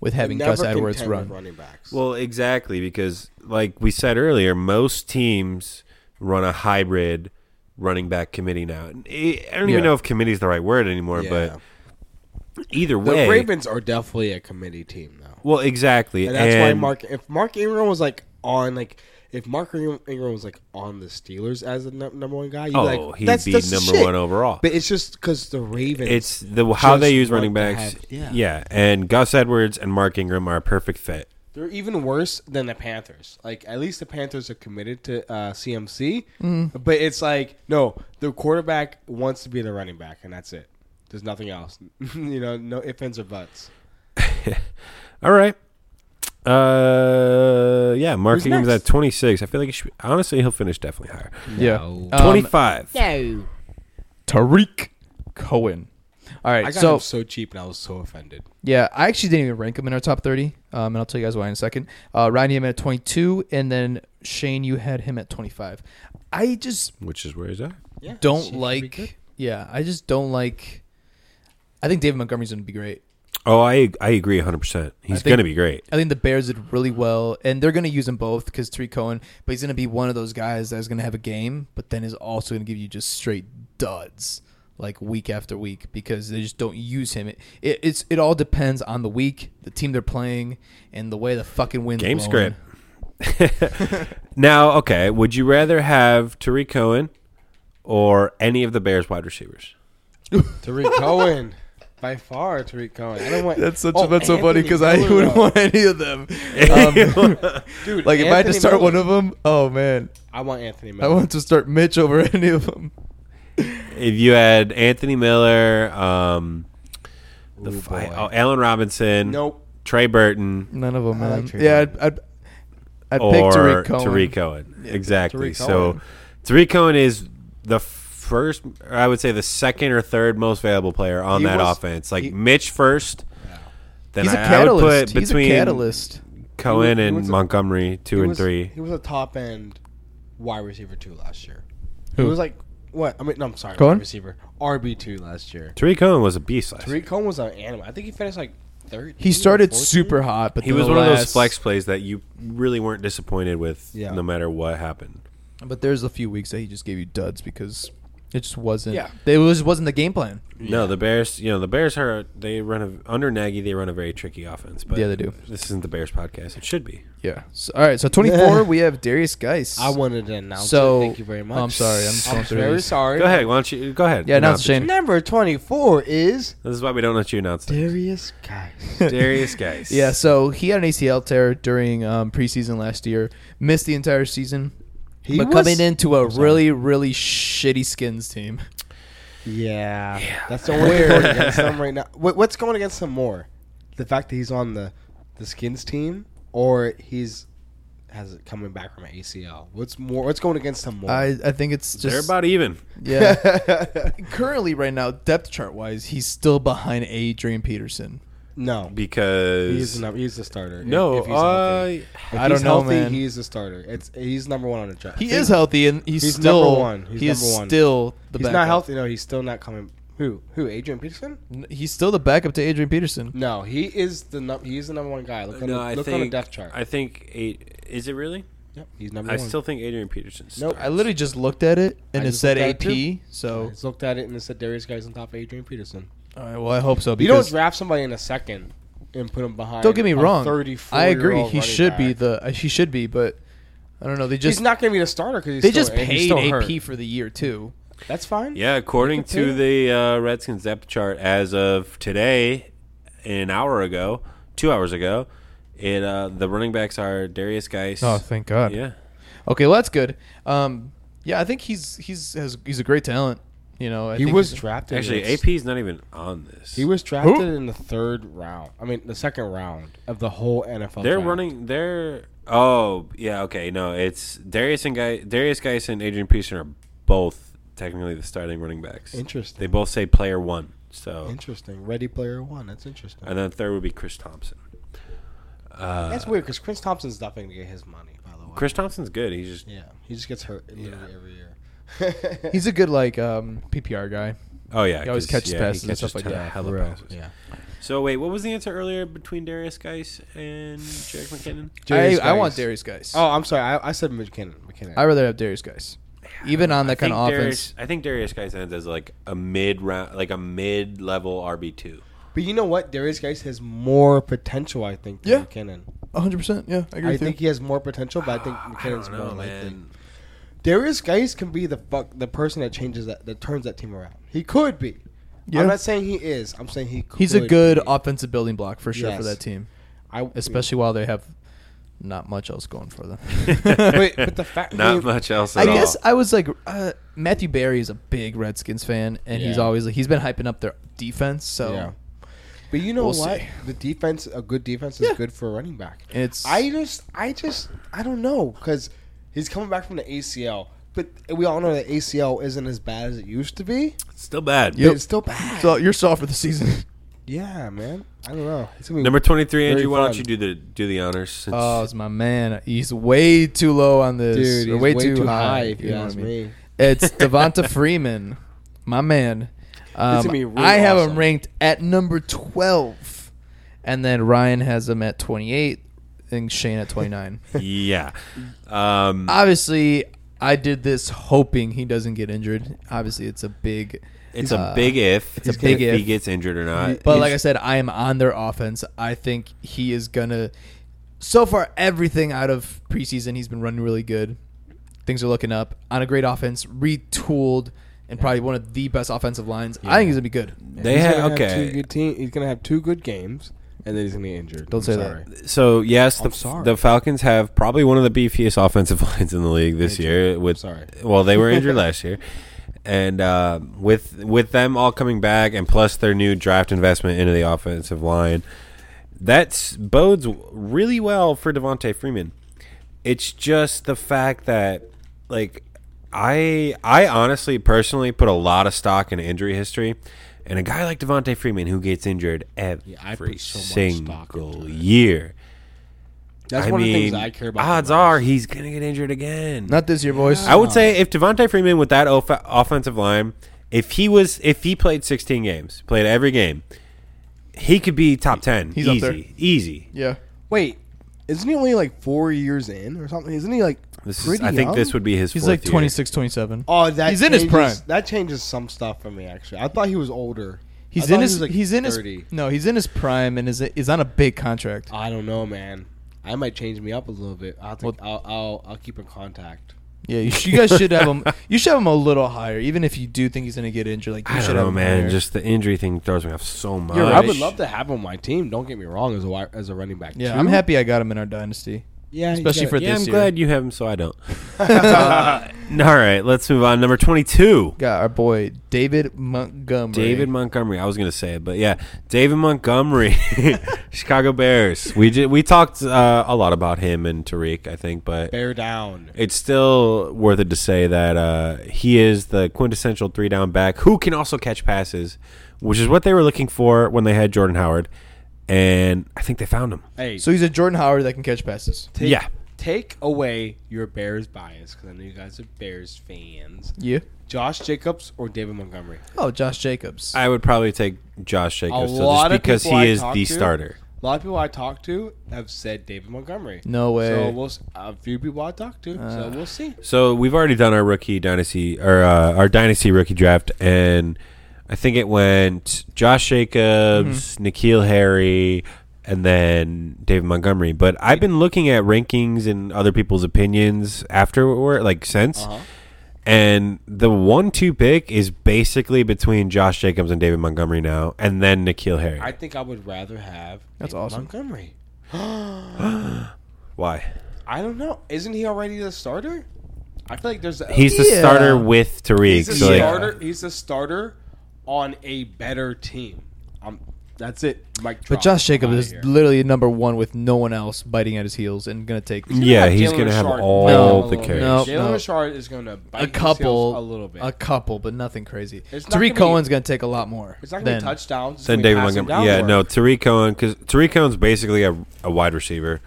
[SPEAKER 4] with having
[SPEAKER 3] Never
[SPEAKER 4] Gus Edwards
[SPEAKER 3] contend with
[SPEAKER 4] run.
[SPEAKER 3] running backs.
[SPEAKER 2] Well, exactly because like we said earlier, most teams run a hybrid running back committee now. I I don't
[SPEAKER 4] Yeah.
[SPEAKER 2] even know if committee is the right word anymore,
[SPEAKER 3] Yeah.
[SPEAKER 2] but either
[SPEAKER 3] the
[SPEAKER 2] way,
[SPEAKER 3] Ravens are definitely a committee team, though.
[SPEAKER 2] well, exactly,
[SPEAKER 3] And that's
[SPEAKER 2] and-
[SPEAKER 3] why Mark. If Mark Ingram was like on like. If Mark Ingram Ingram was like on the Steelers as the num- number one guy, you'd be
[SPEAKER 2] Oh,
[SPEAKER 3] like,
[SPEAKER 2] he'd
[SPEAKER 3] that's,
[SPEAKER 2] be
[SPEAKER 3] that's the
[SPEAKER 2] number
[SPEAKER 3] shit.
[SPEAKER 2] one overall.
[SPEAKER 3] But it's just because the Ravens.
[SPEAKER 2] It's the how they
[SPEAKER 3] just
[SPEAKER 2] use running
[SPEAKER 3] like to
[SPEAKER 2] backs.
[SPEAKER 3] have-
[SPEAKER 2] yeah.
[SPEAKER 3] yeah.
[SPEAKER 2] and Gus Edwards and Mark Ingram are a perfect fit.
[SPEAKER 3] they're even worse than the Panthers. Like at least the Panthers are committed to uh, CMC,
[SPEAKER 4] Mm.
[SPEAKER 3] but it's like no, the quarterback wants to be the running back, and that's it. There's nothing else. you know, no ifs or buts.
[SPEAKER 2] All right. Uh, yeah, Mark
[SPEAKER 3] Who's
[SPEAKER 2] Ingram's
[SPEAKER 3] next?
[SPEAKER 2] at 26. I feel like he should, honestly he'll finish definitely higher.
[SPEAKER 4] Yeah,
[SPEAKER 3] No.
[SPEAKER 2] 25.
[SPEAKER 4] Um, Tariq Cohen. All
[SPEAKER 3] I
[SPEAKER 4] right,
[SPEAKER 3] got
[SPEAKER 4] so
[SPEAKER 3] him so cheap, and I was so offended.
[SPEAKER 4] yeah, I actually didn't even rank him in our top thirty, um, and I'll tell you guys why in a second. Uh, Ryan, you had him at twenty-two, and then Shane, you had him at twenty-five. I just
[SPEAKER 2] Which is where he's at.
[SPEAKER 3] Yeah,
[SPEAKER 4] don't
[SPEAKER 3] should be good.
[SPEAKER 4] like. Yeah, I just don't like. I think David Montgomery's gonna be great.
[SPEAKER 2] Oh, I I agree 100%. He's
[SPEAKER 4] think-
[SPEAKER 2] going to be great.
[SPEAKER 4] I think the Bears did really well, and they're going to use them both because Tariq Cohen, but he's going to be one of those guys that's going to have a game, but then is also going to give you just straight duds like week after week because they just don't use him. It, it it's it all depends on the week, the team they're playing, and the way the fucking wins.
[SPEAKER 2] Game script. Now, okay, would you rather have Tariq Cohen or any of the Bears wide receivers?
[SPEAKER 3] Tariq Cohen. By far, Tariq Cohen. I don't want.
[SPEAKER 4] That's such
[SPEAKER 3] Oh,
[SPEAKER 4] that's so funny
[SPEAKER 3] Anthony
[SPEAKER 4] because I
[SPEAKER 3] Miller,
[SPEAKER 4] wouldn't
[SPEAKER 3] though.
[SPEAKER 4] want any of them. Um,
[SPEAKER 3] Dude,
[SPEAKER 4] like if I had to
[SPEAKER 3] Anthony
[SPEAKER 4] start
[SPEAKER 3] Miller.
[SPEAKER 4] one of them, oh man,
[SPEAKER 3] I want Anthony
[SPEAKER 4] I
[SPEAKER 3] Miller.
[SPEAKER 4] want to start Mitch over any of them.
[SPEAKER 2] if you had Anthony Miller, um, the fi- oh, Allen Robinson,
[SPEAKER 3] Nope.
[SPEAKER 2] Trey Burton,
[SPEAKER 4] None of them.
[SPEAKER 6] I like
[SPEAKER 4] man.
[SPEAKER 6] Trey
[SPEAKER 4] yeah, I'd, I'd, I'd pick
[SPEAKER 2] or
[SPEAKER 4] Tariq Cohen.
[SPEAKER 2] exactly.
[SPEAKER 3] Tariq
[SPEAKER 2] so Tariq Cohen is the first, or I would say the second or third most valuable player on
[SPEAKER 3] He
[SPEAKER 2] that
[SPEAKER 3] was-
[SPEAKER 2] offense. Like
[SPEAKER 3] he-
[SPEAKER 2] Mitch first. Then
[SPEAKER 4] He's a
[SPEAKER 2] I, I would
[SPEAKER 4] catalyst.
[SPEAKER 2] put
[SPEAKER 4] He's a
[SPEAKER 2] between
[SPEAKER 4] catalyst.
[SPEAKER 2] Cohen
[SPEAKER 3] He was- he
[SPEAKER 2] and
[SPEAKER 3] was a-
[SPEAKER 2] Montgomery, two
[SPEAKER 3] He
[SPEAKER 2] and
[SPEAKER 3] was-
[SPEAKER 2] three.
[SPEAKER 3] He was a top end wide receiver two last year.
[SPEAKER 4] Who?
[SPEAKER 3] He was like what? I mean, no, I'm sorry,
[SPEAKER 4] Cohen?
[SPEAKER 3] wide receiver RB two last year.
[SPEAKER 2] Tariq Cohen was a beast last year.
[SPEAKER 3] Tariq Cohen was an animal. I think he finished like third.
[SPEAKER 4] He started super hot, but
[SPEAKER 2] He
[SPEAKER 4] then
[SPEAKER 2] was
[SPEAKER 4] the
[SPEAKER 2] one of those
[SPEAKER 4] last-
[SPEAKER 2] flex plays that you really weren't disappointed with,
[SPEAKER 3] Yeah.
[SPEAKER 2] no matter what happened.
[SPEAKER 4] But there's a few weeks that he just gave you duds because it just wasn't.
[SPEAKER 3] Yeah.
[SPEAKER 4] it was wasn't the game plan.
[SPEAKER 2] No, the Bears. You know, the Bears are they run a, under Nagy. They run a very tricky offense. But
[SPEAKER 4] Yeah, they do.
[SPEAKER 2] This isn't the Bears podcast. It should be.
[SPEAKER 4] Yeah. So, all right. So 24, we have Darius Geis.
[SPEAKER 3] I wanted to announce.
[SPEAKER 4] So
[SPEAKER 3] it. thank you very much.
[SPEAKER 4] I'm sorry. I'm just going through
[SPEAKER 3] very
[SPEAKER 4] these.
[SPEAKER 3] sorry.
[SPEAKER 2] Go ahead. Why don't you go ahead?
[SPEAKER 4] Yeah, now it's
[SPEAKER 2] Announce it.
[SPEAKER 4] Shane.
[SPEAKER 3] Number twenty four is
[SPEAKER 2] This is why we don't let you announce it.
[SPEAKER 3] Darius Guy.
[SPEAKER 2] Darius Geis.
[SPEAKER 4] Yeah. So he had an ACL tear during um, preseason last year. Missed the entire season.
[SPEAKER 3] He
[SPEAKER 4] but
[SPEAKER 3] was-
[SPEAKER 4] coming into a really, really shitty skins team.
[SPEAKER 3] Yeah. that's the only thing against them right now. What, what's going against him more, the fact that he's on the the Skins team, or he's has it coming back from an ACL? What's more? What's going against him more?
[SPEAKER 4] I, I think it's
[SPEAKER 2] they're
[SPEAKER 4] just
[SPEAKER 2] about even.
[SPEAKER 4] yeah. Currently, right now, depth chart wise, he's still behind Adrian Peterson.
[SPEAKER 3] no, he's
[SPEAKER 2] Because
[SPEAKER 3] the, he's the starter. if-
[SPEAKER 2] no,
[SPEAKER 3] if he's
[SPEAKER 2] uh,
[SPEAKER 3] healthy. If
[SPEAKER 4] I don't
[SPEAKER 3] he's
[SPEAKER 4] know,
[SPEAKER 3] healthy,
[SPEAKER 4] man.
[SPEAKER 3] He's the starter. It's he's number one on the draft.
[SPEAKER 4] He
[SPEAKER 3] I think
[SPEAKER 4] is healthy, and he's,
[SPEAKER 3] He's
[SPEAKER 4] still
[SPEAKER 3] number one. He's
[SPEAKER 4] he is
[SPEAKER 3] number one.
[SPEAKER 4] still the.
[SPEAKER 3] He's
[SPEAKER 4] backup.
[SPEAKER 3] not healthy. No, he's still not coming. Who? Who? Adrian Peterson?
[SPEAKER 4] N- He's still the backup to Adrian Peterson.
[SPEAKER 3] No, he is the num- he's the number one guy. Look, on,
[SPEAKER 2] no,
[SPEAKER 3] the,
[SPEAKER 2] I
[SPEAKER 3] look
[SPEAKER 2] think
[SPEAKER 3] on the depth chart.
[SPEAKER 2] I think eight. Is it really?
[SPEAKER 3] yep, he's number
[SPEAKER 2] I
[SPEAKER 3] one.
[SPEAKER 2] still think Adrian Peterson.
[SPEAKER 3] Nope.
[SPEAKER 4] I literally just looked at it and
[SPEAKER 3] I
[SPEAKER 4] it
[SPEAKER 3] just
[SPEAKER 4] said
[SPEAKER 3] looked at
[SPEAKER 4] AP.
[SPEAKER 3] it too. I
[SPEAKER 4] So,
[SPEAKER 3] just looked at it and it said Darius Guy's on top of Adrian Peterson.
[SPEAKER 4] all right, well, I hope so
[SPEAKER 3] You don't
[SPEAKER 4] because
[SPEAKER 3] draft somebody in a second and put him behind.
[SPEAKER 4] don't get me
[SPEAKER 3] a
[SPEAKER 4] wrong,
[SPEAKER 3] 34
[SPEAKER 4] I agree.
[SPEAKER 3] year-old
[SPEAKER 4] He
[SPEAKER 3] running
[SPEAKER 4] should be
[SPEAKER 3] back.
[SPEAKER 4] the uh, he should be, but I don't know. They
[SPEAKER 3] He's
[SPEAKER 4] just
[SPEAKER 3] not going to be the starter because
[SPEAKER 4] they just paid
[SPEAKER 3] still
[SPEAKER 4] AP
[SPEAKER 3] hurt.
[SPEAKER 4] for the year too.
[SPEAKER 3] That's fine.
[SPEAKER 2] Yeah, according to the uh, Redskins depth chart as of today, an hour ago, two hours ago, it uh, the running backs are Darius Geis.
[SPEAKER 4] Oh, thank God.
[SPEAKER 2] yeah,
[SPEAKER 4] Okay, well that's good. Um, yeah, I think he's he's has, he's a great talent. You know, I
[SPEAKER 3] He
[SPEAKER 4] think
[SPEAKER 3] was
[SPEAKER 4] he's-
[SPEAKER 3] drafted.
[SPEAKER 2] actually,
[SPEAKER 3] in the-
[SPEAKER 2] AP's not even on this.
[SPEAKER 3] He was drafted in the third round. I mean, the second round of the whole NFL.
[SPEAKER 2] they're
[SPEAKER 3] draft.
[SPEAKER 2] running. They're oh yeah okay no it's Darius and Guy Darius Geis and Adrian Peterson are both technically the starting running backs.
[SPEAKER 3] Interesting.
[SPEAKER 2] They both say player one. So
[SPEAKER 3] Interesting. Ready Player One. That's interesting.
[SPEAKER 2] and then third would be Chris Thompson. Uh,
[SPEAKER 3] That's weird because Chris Thompson's definitely going to get his money. By the way.
[SPEAKER 2] Chris Thompson's good. He's just
[SPEAKER 3] Yeah, he just gets hurt literally every year.
[SPEAKER 4] He's a good like um, PPR guy.
[SPEAKER 2] oh yeah
[SPEAKER 4] He always
[SPEAKER 2] 'cause,
[SPEAKER 4] catches
[SPEAKER 2] yeah,
[SPEAKER 4] passes
[SPEAKER 2] he
[SPEAKER 4] and
[SPEAKER 2] catches
[SPEAKER 4] stuff like
[SPEAKER 2] ton-
[SPEAKER 4] that.
[SPEAKER 2] hella
[SPEAKER 3] For real.
[SPEAKER 2] passes.
[SPEAKER 3] Yeah.
[SPEAKER 2] So wait, what was the answer earlier between Darius Geis and Jarek McKinnon?
[SPEAKER 4] I,
[SPEAKER 3] Darius
[SPEAKER 4] I want
[SPEAKER 3] Geis.
[SPEAKER 4] Darius guys.
[SPEAKER 3] Oh, I'm sorry. I, I said McKinnon. McKinnon.
[SPEAKER 4] I rather have Darius guys, even on that kind of offense.
[SPEAKER 2] I think Darius Geis ends as like a mid round, like a mid level RB two.
[SPEAKER 3] But you know what? Darius Geis has more potential, I think, than
[SPEAKER 4] Yeah.
[SPEAKER 3] McKinnon.
[SPEAKER 4] One hundred percent. Yeah, I agree.
[SPEAKER 3] I
[SPEAKER 4] with
[SPEAKER 3] think
[SPEAKER 4] you.
[SPEAKER 3] he has more potential, but I think
[SPEAKER 2] Ah,
[SPEAKER 3] McKinnon's more likely.
[SPEAKER 2] man.
[SPEAKER 3] Darius Geis can be the fuck the person that changes that that turns that team around. He could be.
[SPEAKER 4] Yeah.
[SPEAKER 3] I'm not saying he is. I'm saying he could.
[SPEAKER 4] he's a good
[SPEAKER 3] be.
[SPEAKER 4] offensive building block for sure for
[SPEAKER 3] Yes.
[SPEAKER 4] that team,
[SPEAKER 3] I,
[SPEAKER 4] especially while they have not much else going for them.
[SPEAKER 3] But, but the fact
[SPEAKER 2] Not much else.
[SPEAKER 4] I
[SPEAKER 2] At
[SPEAKER 4] guess
[SPEAKER 2] all.
[SPEAKER 4] I was like uh, Matthew Barry is a big Redskins fan, and he's
[SPEAKER 3] Yeah.
[SPEAKER 4] always like he's been hyping up their defense. So
[SPEAKER 3] Yeah. But you know
[SPEAKER 4] We'll
[SPEAKER 3] what?
[SPEAKER 4] see.
[SPEAKER 3] The defense, a good defense, is
[SPEAKER 4] Yeah.
[SPEAKER 3] good for a running back.
[SPEAKER 4] It's-
[SPEAKER 3] I just, I just, I don't know because he's coming back from the ACL, but we all know that ACL isn't as bad as it used to be.
[SPEAKER 2] still bad.
[SPEAKER 4] Yep.
[SPEAKER 3] But it's still bad.
[SPEAKER 4] so you're soft for the season.
[SPEAKER 3] yeah, man. I don't know. It's gonna be
[SPEAKER 2] Number twenty three, Andrew.
[SPEAKER 3] Very
[SPEAKER 2] Why don't
[SPEAKER 3] fun.
[SPEAKER 2] you do the do the honors? Since
[SPEAKER 4] oh, it's my man. He's way too low on this.
[SPEAKER 3] dude,
[SPEAKER 4] Or
[SPEAKER 3] he's
[SPEAKER 4] way, too, high.
[SPEAKER 3] if you,
[SPEAKER 4] know what
[SPEAKER 3] ask
[SPEAKER 4] I mean?
[SPEAKER 3] me.
[SPEAKER 4] It's Devonta Freeman, my man. Um,
[SPEAKER 3] gonna be really
[SPEAKER 4] I have him
[SPEAKER 3] awesome.
[SPEAKER 4] ranked at number twelve, and then Ryan has him at twenty-eight, and Shane at twenty-nine.
[SPEAKER 2] yeah, um,
[SPEAKER 4] Obviously, I did this hoping he doesn't get injured. Obviously, it's a big.
[SPEAKER 2] it's
[SPEAKER 4] uh,
[SPEAKER 2] a big if.
[SPEAKER 4] it's a big
[SPEAKER 2] If he
[SPEAKER 4] if.
[SPEAKER 2] gets injured or not.
[SPEAKER 4] But like I said, I am on their offense. I think he is gonna. So far, everything out of preseason, he's been running really good. Things are looking up on a great offense, retooled, and probably one of the best offensive lines. I think he's gonna be good.
[SPEAKER 2] they
[SPEAKER 3] He's
[SPEAKER 2] had
[SPEAKER 3] gonna have two
[SPEAKER 2] okay.
[SPEAKER 3] good team. He's gonna have two good games, and then he's gonna get injured.
[SPEAKER 4] Don't
[SPEAKER 3] I'm
[SPEAKER 4] say
[SPEAKER 3] sorry.
[SPEAKER 4] that.
[SPEAKER 2] So yes, the,
[SPEAKER 3] I'm sorry.
[SPEAKER 2] the Falcons have probably one of the beefiest offensive lines in the league this year. With
[SPEAKER 3] sorry.
[SPEAKER 2] well, they were injured last year, And uh, with with them all coming back, and plus their new draft investment into the offensive line, that bodes really well for Devontae Freeman. It's just the fact that, like, I I honestly personally put a lot of stock in injury history, and a guy like Devontae Freeman who gets injured every
[SPEAKER 3] I put so much stock
[SPEAKER 2] single year.
[SPEAKER 3] That's
[SPEAKER 2] I
[SPEAKER 3] one
[SPEAKER 2] mean,
[SPEAKER 3] of the things I care about. the
[SPEAKER 2] Odds
[SPEAKER 3] most.
[SPEAKER 2] are he's gonna get injured again.
[SPEAKER 4] Not this year, boys.
[SPEAKER 2] I would say if Devontae Freeman with that off- offensive line, if he was if he played 16 games, played every game, he could be top 10.
[SPEAKER 4] He's up
[SPEAKER 2] easy,
[SPEAKER 4] there.
[SPEAKER 2] easy.
[SPEAKER 4] yeah.
[SPEAKER 3] Wait, isn't he only like four years in or something? Isn't he like
[SPEAKER 2] This is,
[SPEAKER 3] pretty
[SPEAKER 2] I think
[SPEAKER 3] young?
[SPEAKER 2] this would be his.
[SPEAKER 4] He's
[SPEAKER 2] fourth
[SPEAKER 4] like
[SPEAKER 2] year.
[SPEAKER 4] 26, 27.
[SPEAKER 3] Oh, that
[SPEAKER 4] He's in his
[SPEAKER 3] changes-
[SPEAKER 4] prime.
[SPEAKER 3] That changes some stuff for me. Actually, I thought he was older. I
[SPEAKER 4] He's
[SPEAKER 3] thought
[SPEAKER 4] in
[SPEAKER 3] he
[SPEAKER 4] his
[SPEAKER 3] was, like,
[SPEAKER 4] he's in
[SPEAKER 3] 30.
[SPEAKER 4] his no he's in his prime and is is on a big contract.
[SPEAKER 3] I don't know, man. I might change me up a little bit. I'll have to, I'll, I'll I'll keep in contact.
[SPEAKER 4] Yeah, you, sh- you guys should have him. You should have him a little higher, even if you do think he's gonna get injured. Like you
[SPEAKER 2] I
[SPEAKER 4] should
[SPEAKER 2] don't
[SPEAKER 4] have
[SPEAKER 2] know,
[SPEAKER 4] him
[SPEAKER 2] man.
[SPEAKER 4] higher.
[SPEAKER 2] Just the injury thing throws me off so much.
[SPEAKER 4] You're
[SPEAKER 3] I
[SPEAKER 4] right.
[SPEAKER 3] would love to have him on my team. Don't get me wrong, as a wi- as a running back.
[SPEAKER 4] yeah,
[SPEAKER 3] too.
[SPEAKER 4] I'm happy I got him in our dynasty,
[SPEAKER 3] Yeah, you
[SPEAKER 4] especially
[SPEAKER 3] gotta-
[SPEAKER 4] for
[SPEAKER 2] Yeah,
[SPEAKER 4] this
[SPEAKER 2] I'm
[SPEAKER 4] year.
[SPEAKER 2] glad you have him, so I don't. all right, let's move on. Number 22.
[SPEAKER 4] Got our boy David Montgomery.
[SPEAKER 2] David Montgomery. I was gonna say it, but yeah, David Montgomery, Chicago Bears. We did, we talked uh, a lot about him and Tariq, I think, but
[SPEAKER 3] bear down.
[SPEAKER 2] it's still worth it to say that uh, he is the quintessential three down back who can also catch passes, which is what they were looking for when they had Jordan Howard, and I think they found him.
[SPEAKER 3] Hey,
[SPEAKER 4] So he's a Jordan Howard that can catch passes.
[SPEAKER 3] take,
[SPEAKER 2] yeah.
[SPEAKER 3] Take away your Bears bias because I know you guys are Bears fans.
[SPEAKER 4] Yeah.
[SPEAKER 3] Josh Jacobs or David Montgomery.
[SPEAKER 4] Oh, Josh Jacobs.
[SPEAKER 2] I would probably take Josh Jacobs still
[SPEAKER 3] lot
[SPEAKER 2] just
[SPEAKER 3] of
[SPEAKER 2] because
[SPEAKER 3] people
[SPEAKER 2] he
[SPEAKER 3] I
[SPEAKER 2] is
[SPEAKER 3] talk
[SPEAKER 2] the
[SPEAKER 3] to-
[SPEAKER 2] starter.
[SPEAKER 3] A lot of people I talk to have said David Montgomery.
[SPEAKER 4] No way. Uh.
[SPEAKER 3] So we'll, s- a few people I talk to. so we'll see.
[SPEAKER 2] So we've already done our rookie dynasty or uh, our dynasty rookie draft, and I think it went Josh Jacobs,
[SPEAKER 3] Mm-hmm.
[SPEAKER 2] Nikhil Harry, and then David Montgomery. But I've been looking at rankings and other people's opinions afterward, like since.
[SPEAKER 3] Uh-huh.
[SPEAKER 2] And the one-two pick is basically between Josh Jacobs and David Montgomery now, and then Nikhil Harry.
[SPEAKER 3] I think I would rather have
[SPEAKER 4] That's
[SPEAKER 3] David
[SPEAKER 4] awesome.
[SPEAKER 3] Montgomery.
[SPEAKER 2] Why?
[SPEAKER 3] I don't know. Isn't he already the starter? I feel like there's a,
[SPEAKER 2] He's the
[SPEAKER 4] Yeah.
[SPEAKER 2] starter with Tariq.
[SPEAKER 3] he's a
[SPEAKER 2] so, like,
[SPEAKER 3] starter. He's a starter on a better team. Um, that's it. Mike.
[SPEAKER 4] but Josh Jacobs is literally number one with no one else biting at his heels and gonna take
[SPEAKER 2] yeah,
[SPEAKER 3] have
[SPEAKER 2] he's
[SPEAKER 3] Jalen
[SPEAKER 2] gonna have
[SPEAKER 3] Richard
[SPEAKER 2] all
[SPEAKER 3] down
[SPEAKER 4] No,
[SPEAKER 3] a
[SPEAKER 2] the
[SPEAKER 3] little
[SPEAKER 2] carries.
[SPEAKER 3] bit.
[SPEAKER 4] Nope,
[SPEAKER 3] Jalen
[SPEAKER 4] no.
[SPEAKER 3] Richard is going to bite
[SPEAKER 4] a
[SPEAKER 3] his heels
[SPEAKER 4] couple,
[SPEAKER 3] a little bit.
[SPEAKER 4] a couple, but nothing crazy.
[SPEAKER 3] It's not
[SPEAKER 4] Tariq
[SPEAKER 3] gonna be-
[SPEAKER 4] Cohen's gonna take a lot more.
[SPEAKER 3] it's not going to
[SPEAKER 4] than-
[SPEAKER 3] be touchdowns. it's
[SPEAKER 2] Then
[SPEAKER 3] gonna be
[SPEAKER 2] David
[SPEAKER 3] passing
[SPEAKER 2] Montgomery. Yeah,
[SPEAKER 3] downward.
[SPEAKER 2] no, Tariq Cohen because Tariq Cohen's basically a, a wide receiver,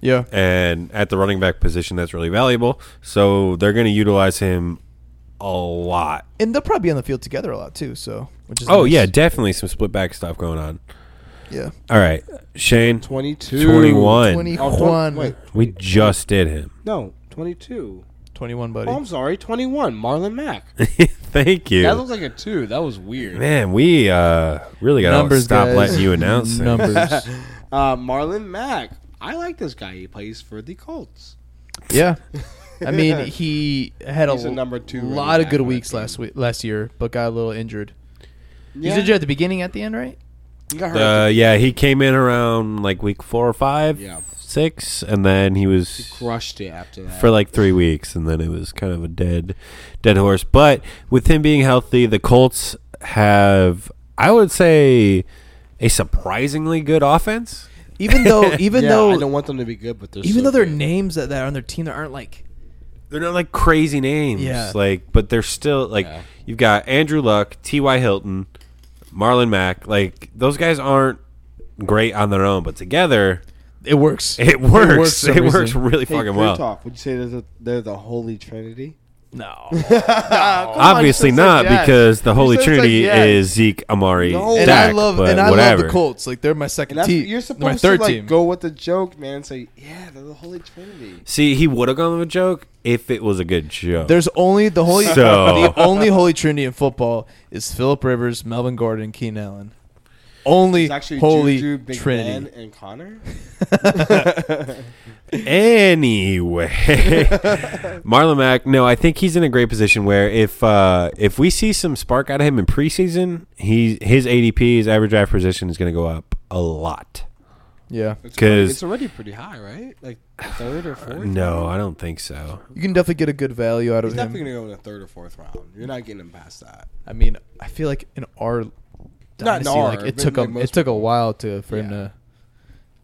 [SPEAKER 4] Yeah,
[SPEAKER 2] and at the running back position, that's really valuable. So they're going to utilize him a lot.
[SPEAKER 4] and they'll probably be on the field together a lot too. So, which is
[SPEAKER 2] Oh
[SPEAKER 4] nice.
[SPEAKER 2] yeah, definitely some split back stuff going on.
[SPEAKER 4] yeah.
[SPEAKER 2] All right, Shane,
[SPEAKER 3] 22.
[SPEAKER 2] twenty-one.
[SPEAKER 4] 21,
[SPEAKER 3] Oh, wait.
[SPEAKER 2] We just did him.
[SPEAKER 3] No, 22.
[SPEAKER 4] 21, buddy.
[SPEAKER 3] Oh, I'm sorry, 21. Marlon Mack.
[SPEAKER 2] Thank
[SPEAKER 3] That
[SPEAKER 2] you,
[SPEAKER 3] looks like a two. That was weird.
[SPEAKER 2] man. We uh, really got to
[SPEAKER 4] Numbers,
[SPEAKER 2] stop
[SPEAKER 4] guys.
[SPEAKER 2] letting you announce things.
[SPEAKER 4] Numbers.
[SPEAKER 3] Uh, Marlon Mack. I like this guy. He plays for the Colts.
[SPEAKER 4] yeah. I mean, he had
[SPEAKER 3] He's
[SPEAKER 4] a,
[SPEAKER 3] a number two
[SPEAKER 4] lot
[SPEAKER 3] running
[SPEAKER 4] of good
[SPEAKER 3] back on our
[SPEAKER 4] weeks
[SPEAKER 3] team.
[SPEAKER 4] last week, last year, but got a little injured.
[SPEAKER 3] Yeah.
[SPEAKER 4] He's injured at the beginning, at the end, right?
[SPEAKER 3] You got hurt.
[SPEAKER 2] Uh, yeah, he came in around like week four or five,
[SPEAKER 3] Yeah.
[SPEAKER 2] six, and then he was
[SPEAKER 3] Crushed it after that.
[SPEAKER 2] for like three weeks, and then it was kind of a dead, dead horse. But with him being healthy, the Colts have, I would say, a surprisingly good offense.
[SPEAKER 4] Even though, even
[SPEAKER 3] yeah, I
[SPEAKER 4] though,
[SPEAKER 3] don't want them to be good, but they're
[SPEAKER 4] even
[SPEAKER 3] so
[SPEAKER 4] though their
[SPEAKER 3] good.
[SPEAKER 4] names that, that are on their team that aren't like
[SPEAKER 2] They're not like crazy names,
[SPEAKER 4] Yeah.
[SPEAKER 2] like, but they're still like
[SPEAKER 3] Yeah.
[SPEAKER 2] you've got Andrew Luck, T.Y. Hilton, Marlon Mack. Like those guys aren't great on their own, but together
[SPEAKER 4] it works.
[SPEAKER 2] it works.
[SPEAKER 4] for
[SPEAKER 2] It
[SPEAKER 4] some
[SPEAKER 2] works,
[SPEAKER 4] reason.
[SPEAKER 2] really
[SPEAKER 3] Hey,
[SPEAKER 2] fucking
[SPEAKER 3] Crew
[SPEAKER 2] well.
[SPEAKER 3] Talk, would you say they're the, they're the Holy Trinity?
[SPEAKER 4] No,
[SPEAKER 2] Obviously
[SPEAKER 4] Oh, says
[SPEAKER 2] not,
[SPEAKER 4] yes.
[SPEAKER 2] because the Holy
[SPEAKER 4] says like
[SPEAKER 2] Trinity
[SPEAKER 4] yes.
[SPEAKER 2] is Zeke, Amari,
[SPEAKER 3] No.
[SPEAKER 4] and
[SPEAKER 2] Dak,
[SPEAKER 4] I love
[SPEAKER 2] but
[SPEAKER 4] and I
[SPEAKER 2] whatever.
[SPEAKER 4] love the Colts. Like they're my
[SPEAKER 3] And
[SPEAKER 4] second
[SPEAKER 3] that's,
[SPEAKER 4] team.
[SPEAKER 3] you're
[SPEAKER 4] my
[SPEAKER 3] supposed to
[SPEAKER 4] third
[SPEAKER 3] like
[SPEAKER 4] team.
[SPEAKER 3] go with the joke, man. And say, yeah, they're the Holy Trinity.
[SPEAKER 2] See, he would have gone with a joke if it was a good joke.
[SPEAKER 4] There's only the holy
[SPEAKER 2] So-
[SPEAKER 4] the only holy trinity in football is Philip Rivers, Melvin Gordon, Keenan Allen. Only
[SPEAKER 3] It's actually
[SPEAKER 4] holy
[SPEAKER 3] Juju, Big Ben,
[SPEAKER 4] trinity.
[SPEAKER 3] and Connor.
[SPEAKER 2] Anyway, Marlon Mack. No, I think he's in a great position where if uh, if we see some spark out of him in preseason, he his ADP, his average draft position, is going to go up a lot.
[SPEAKER 4] Yeah,
[SPEAKER 2] Because
[SPEAKER 3] It's already pretty high, right? Like third or fourth.
[SPEAKER 2] no, I don't think so.
[SPEAKER 4] you can definitely get a good value out of
[SPEAKER 3] He's
[SPEAKER 4] him.
[SPEAKER 3] definitely gonna go in the third or fourth round. You're not getting him past that.
[SPEAKER 4] I mean, I feel like in our dynasty,
[SPEAKER 3] our,
[SPEAKER 4] like it
[SPEAKER 3] but
[SPEAKER 4] took
[SPEAKER 3] like
[SPEAKER 4] him,
[SPEAKER 3] most
[SPEAKER 4] it took a while to for him
[SPEAKER 3] Yeah.
[SPEAKER 4] to.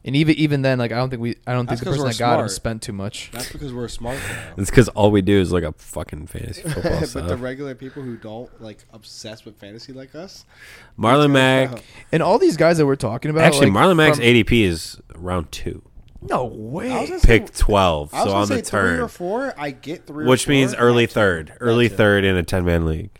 [SPEAKER 4] And even even then, like I don't think we, I don't think
[SPEAKER 3] That's
[SPEAKER 4] the
[SPEAKER 3] 'cause
[SPEAKER 4] person
[SPEAKER 3] we're
[SPEAKER 4] that got him
[SPEAKER 3] smart.
[SPEAKER 4] spent too much.
[SPEAKER 3] That's because we're smart. Though.
[SPEAKER 2] It's because all we do is look up fucking fantasy football
[SPEAKER 3] but the
[SPEAKER 2] stuff.
[SPEAKER 3] regular people who don't like obsess with fantasy like us, uh,
[SPEAKER 2] Marlon Mack.
[SPEAKER 4] And all these guys that we're talking about,
[SPEAKER 2] Actually,
[SPEAKER 4] like,
[SPEAKER 2] Marlon Mack's
[SPEAKER 4] from-
[SPEAKER 2] ADP is round two,
[SPEAKER 4] No way.
[SPEAKER 3] I was gonna
[SPEAKER 2] pick
[SPEAKER 3] say,
[SPEAKER 2] twelve.
[SPEAKER 3] I was
[SPEAKER 2] So
[SPEAKER 3] gonna
[SPEAKER 2] on
[SPEAKER 3] say
[SPEAKER 2] the
[SPEAKER 3] three or
[SPEAKER 2] turn,
[SPEAKER 3] four. I get three,
[SPEAKER 2] which
[SPEAKER 3] or
[SPEAKER 2] means
[SPEAKER 3] four.
[SPEAKER 2] early third, early
[SPEAKER 3] Gotcha.
[SPEAKER 2] third in a ten man league.